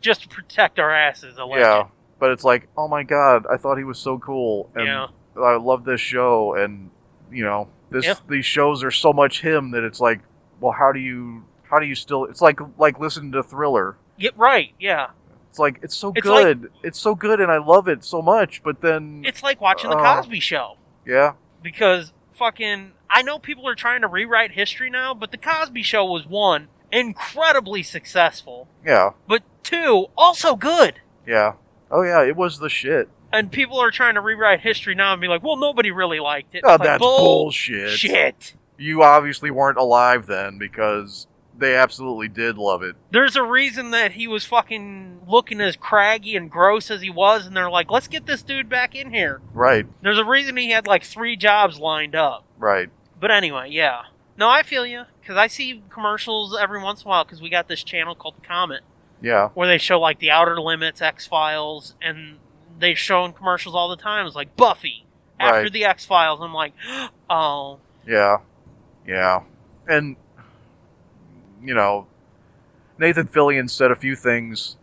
Just to protect our asses. Alleged. Yeah, but it's like, oh my god, I thought he was so cool, and Yeah. I love this show, and you know, this Yeah. these shows are so much him that it's like, well, how do you how do you still? It's like like listening to Thriller. Get right. Yeah. It's like it's so It's like- good, it's so good, and I love it so much. But then, It's like watching the Uh, Cosby Show. yeah, because fucking I know people are trying to rewrite history now, but the Cosby Show was one incredibly successful, yeah, but two also good. yeah. Oh yeah, it was the shit. And people are trying to rewrite history now and be like, well, nobody really liked it. Oh, It's like, that's bullshit. Shit. You obviously weren't alive then because they absolutely did love it. There's a reason that he was fucking looking as craggy and gross as he was, and they're like, let's get this dude back in here. Right, There's a reason he had like three jobs lined up. right. But anyway, yeah. No, I feel you, because I see commercials every once in a while, because we got this channel called The Comet, Yeah. where they show like The Outer Limits, X Files, and they show in commercials all the time. It's like Buffy after Right. the X Files. I'm like, (gasps) oh, Yeah. Yeah. And, you know, Nathan Fillion said a few things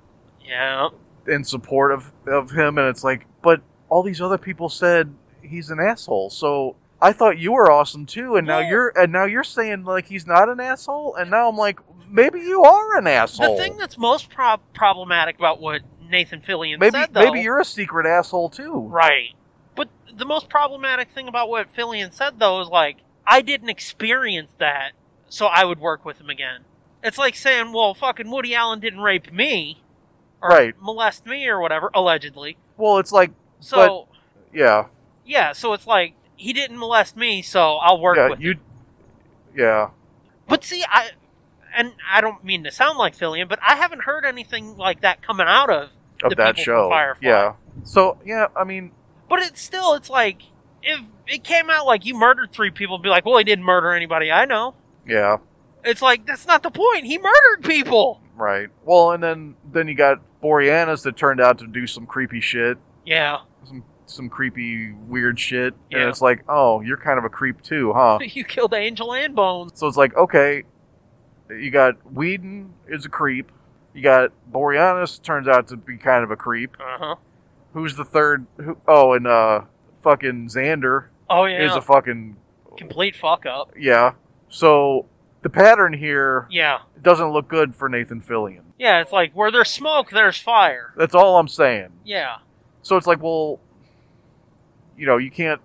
yeah. in support of, of him, and it's like, but all these other people said he's an asshole, so. I thought you were awesome too, and now Yeah. you're and now you're saying like he's not an asshole, and now I'm like maybe you are an asshole. The thing that's most prob- problematic about what Nathan Fillion maybe said, though, maybe you're a secret asshole too. right. But the most problematic thing about what Fillion said, though, is like I didn't experience that, so I would work with him again. It's like saying, well, fucking Woody Allen didn't rape me, or Right. molest me, or whatever, allegedly. Well, it's like So yeah, yeah, so it's like he didn't molest me, so I'll work yeah, with you, yeah, But see, I and I don't mean to sound like Fillion, but I haven't heard anything like that coming out of of The that people from show. Firefly. Yeah. So yeah, I mean, But it's still, it's like if it came out like you murdered three people, be like, well, he didn't murder anybody I know. yeah, It's like that's not the point. He murdered people. right. Well, and then then you got Boreanaz that turned out to do some creepy shit, Yeah, some some creepy weird shit, Yeah. and it's like, oh, you're kind of a creep too, huh? (laughs) you killed Angel and Bones. So it's like, okay, you got Whedon is a creep. You got Boreanaz turns out to be kind of a creep. Uh huh. Who's the third? Who, oh, and uh, fucking Xander Oh yeah, is a fucking complete fuck up. Yeah. So the pattern here Yeah, doesn't look good for Nathan Fillion. yeah. It's like where there's smoke, there's fire. That's all I'm saying. Yeah, So it's like, well, you know, you can't.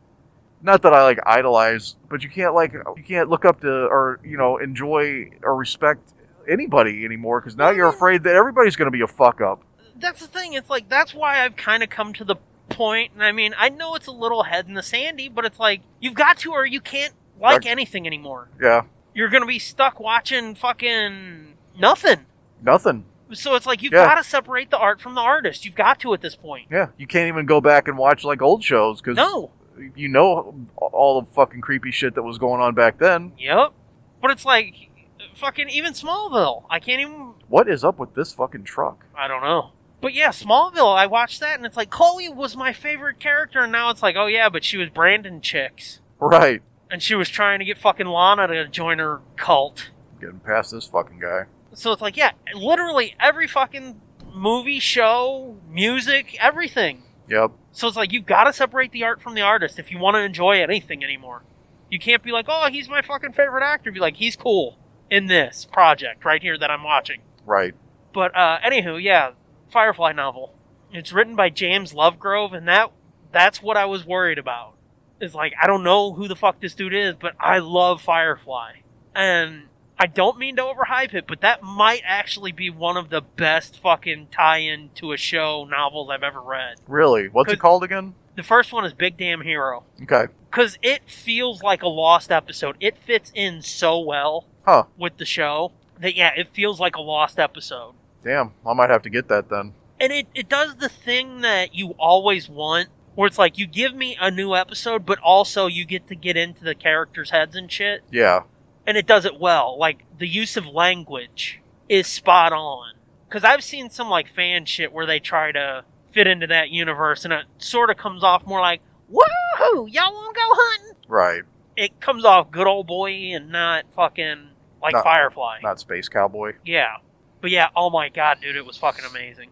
Not that I like idolize, but you can't like you can't look up to or you know enjoy or respect anybody anymore because now you're afraid that everybody's going to be a fuck up. that's the thing. It's like that's why I've kind of come to the point. And I mean, I know it's a little head in the sandy, but it's like you've got to, or you can't like Right. anything anymore. Yeah. You're gonna be stuck watching fucking nothing. Nothing. So it's like you've Yeah. got to separate the art from the artist. You've got to at this point. Yeah. You can't even go back and watch like old shows because No. you know all the fucking creepy shit that was going on back then. Yep. But it's like fucking even Smallville. I can't even. What is up with this fucking truck? I don't know. But yeah, Smallville. I watched that and it's like Chloe was my favorite character, and now it's like, oh yeah, but she was Brandon chicks, Right. and she was trying to get fucking Lana to join her cult. Getting past this fucking guy. So it's like, yeah, literally every fucking movie, show, music, everything. Yep. So it's like you've got to separate the art from the artist if you want to enjoy anything anymore. You can't be like, oh, he's my fucking favorite actor. Be like, he's cool in this project right here that I'm watching. Right. But uh, anywho, yeah, Firefly novel. It's written by James Lovegrove, and that that's what I was worried about. Is like I don't know who the fuck this dude is, but I love Firefly, and I don't mean to overhype it, but that might actually be one of the best fucking tie-in to a show novels I've ever read. Really? What's it Could- called again? The first one is Big Damn Hero. Okay. Because it feels like a lost episode. It fits in so well Huh. with the show that, yeah, it feels like a lost episode. Damn. I might have to get that then. And it, it does the thing that you always want, where it's like you give me a new episode, but also you get to get into the characters' heads and shit. Yeah. And it does it well. Like, the use of language is spot on. Because I've seen some, like, fan shit where they try to fit into that universe, and it sort of comes off more like, woohoo, y'all want to go hunting? Right. it comes off good old boy and not fucking like Not- Firefly. Not Space Cowboy. Yeah. But yeah, oh my god, dude, it was fucking amazing.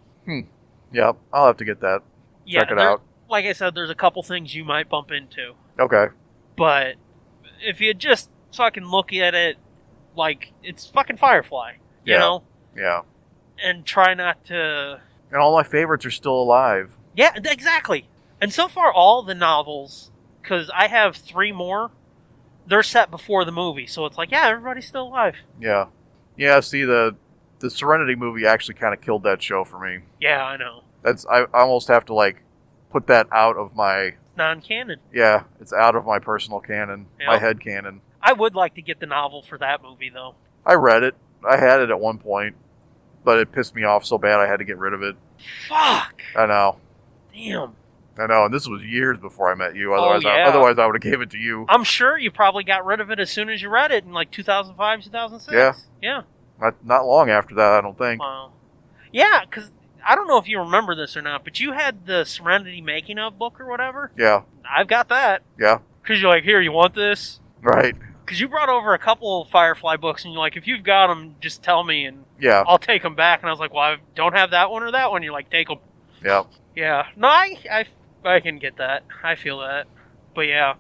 Yep. I'll have to get that. Yeah, Check it there- out. Like I said, there's a couple things you might bump into, Okay. but if you just fucking look at it like it's fucking Firefly, you Yeah. know, Yeah. and try not to. And all my favorites are still alive. Yeah, th- exactly. And so far, all the novels, because I have three more, they're set before the movie, so it's like, yeah, everybody's still alive. Yeah. Yeah. See the the Serenity movie actually kind of killed that show for me. Yeah, I know. That's I, I almost have to like put that out of my non canon. yeah, it's out of my personal canon, my Yep. head canon. I would like to get the novel for that movie though. I read it. I had it at one point, but it pissed me off so bad I had to get rid of it. Fuck. I know. Damn. I know, and this was years before I met Oh, you. Otherwise, I, yeah. otherwise I would have gave it to you. I'm sure you probably got rid of it as soon as you read it in like 2005, 2006. Yeah. Yeah. Not, not long after that, I don't think. Wow. Yeah, because I don't know if you remember this or not, but you had the Serenity making of book or whatever. Yeah, I've got that. yeah, Because you're like, here, you want this? right, Because you brought over a couple of Firefly books, and you're like, if you've got them, just tell me, and yeah, I'll take them back. And I was like, well, I don't have that one or that one. You're like, take them. yeah. Yeah. No, I, I, I can get that. I feel that. But yeah,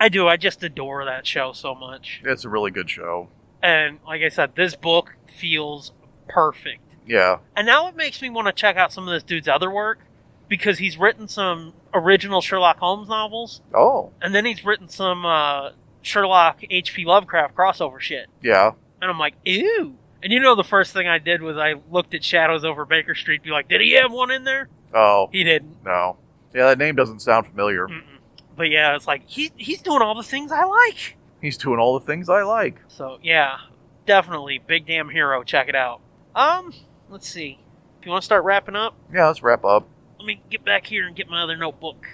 I do. I just adore that show so much. It's a really good show. And like I said, this book feels perfect. Yeah, And now it makes me want to check out some of this dude's other work because he's written some original Sherlock Holmes novels, oh, and then he's written some uh, Sherlock H.P. Lovecraft crossover shit. yeah, And I'm like, ew. And you know, the first thing I did was I looked at Shadows over Baker Street, be like, did he have one in there? oh, He didn't. no. Yeah, that name doesn't sound familiar. Mm-mm. But yeah, it's like he, he's doing all the things I like. He's doing all the things I like. So yeah, definitely big damn hero. Check it out. Um, let's see. If you want to start wrapping up. Yeah, let's wrap up. let me get back here and get my other notebook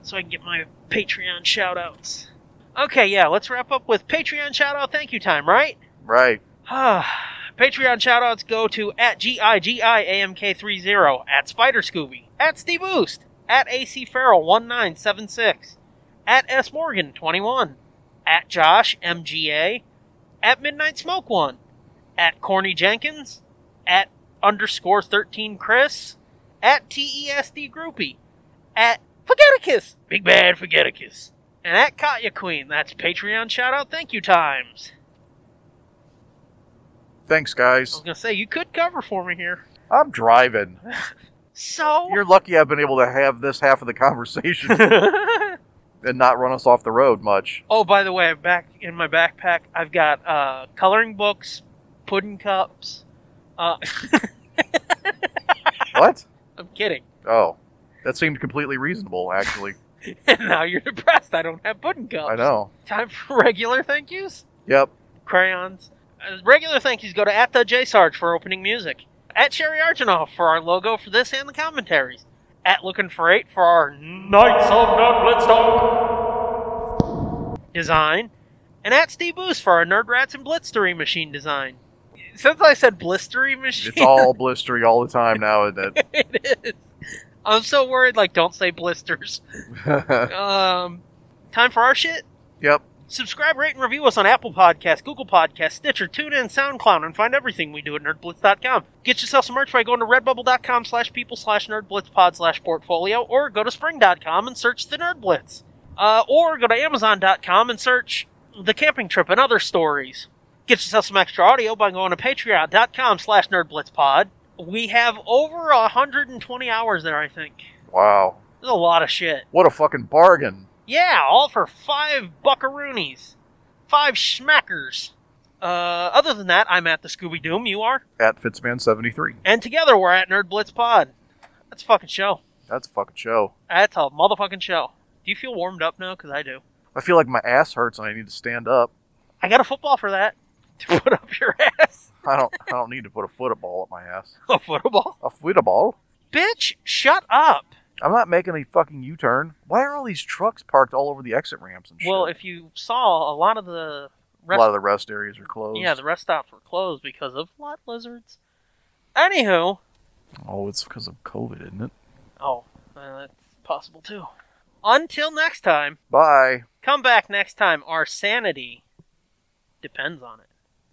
so I can get my Patreon shout outs. Okay, yeah, let's wrap up with Patreon shout out thank you time, right? Right. (sighs) Patreon shout outs go to at GIGIAMK30, at Spider Scooby, at Steve Boost, at AC Farrell 1976, at S Morgan 21, at Josh MGA, at Midnight Smoke One, at Corny Jenkins, at underscore 13 Chris, at TESD Groupie, at Forgeticus, Big Bad Forgeticus, and at Katya Queen. That's Patreon shout out thank you times. Thanks, I was guys. gonna say you could cover for me here. I'm driving. So You're (laughs) lucky I've been able to have this half of the conversation and not run us off the road much. (laughs) Oh, by the way, I'm back in my backpack. I've got uh, coloring books, pudding cups. Uh, What? I'm kidding. (laughs) Oh, that seemed completely reasonable, actually. And now you're depressed. I don't have pudding cups. I know. Time for regular thank yous. Yep. crayons. Uh, regular thank yous go to at the J Sarge for opening music, at Sherry Archinoff for our logo for this and the commentaries, at Looking for Eight for our Knights of Not Blitzstone design, and at Steve Boost for our Nerd Rats and Blistery Machine design. Since I said Blistery Machine, It's all blistery all the time now, isn't it? (laughs) it is. I'm so worried. Like, don't say blisters. Um, time for our shit. (laughs) yep. Subscribe, rate, and review us on Apple Podcasts, Google Podcasts, Stitcher, TuneIn, SoundCloud, and find everything we do at nerdblitz.com. Get yourself some merch by going to redbubble.com slash people slash nerdblitzpod slash portfolio, or go to spring.com and search the Nerdblitz. Uh, or go to amazon.com and search the camping trip and other stories. Get yourself some extra audio by going to patreon.com slash nerdblitzpod. We have over 120 hours there, I think. Wow. There's a lot of shit. What a fucking bargain. Yeah, all for five buckaroonies. Five schmackers. Uh, other than that, I'm at the Scooby Doom, you are, At Fitzman73. and together we're at Nerd Blitz Pod. That's a fucking show. That's a fucking show. That's a motherfucking show. Do you feel warmed up now? Because I do. I feel like my ass hurts and I need to stand up. I got a football for that (laughs) to put up your ass. (laughs) I don't I don't need to put a football up my ass. A football? A football? Bitch, shut up. I'm not making a fucking U turn. Why are all these trucks parked all over the exit ramps and shit? Well, if you saw, a lot of the a rest lot of the rest areas are closed. yeah the rest stops were closed because of lot lizards. Anywho, Oh, it's because of COVID, isn't it? oh, uh, that's possible too. Until next time. Bye. Come back next time. Our sanity depends on it.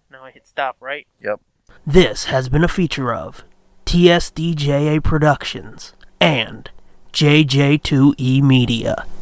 Now I hit stop, right? Yep. This has been a feature of TSDJA Productions and JJ2E E Media.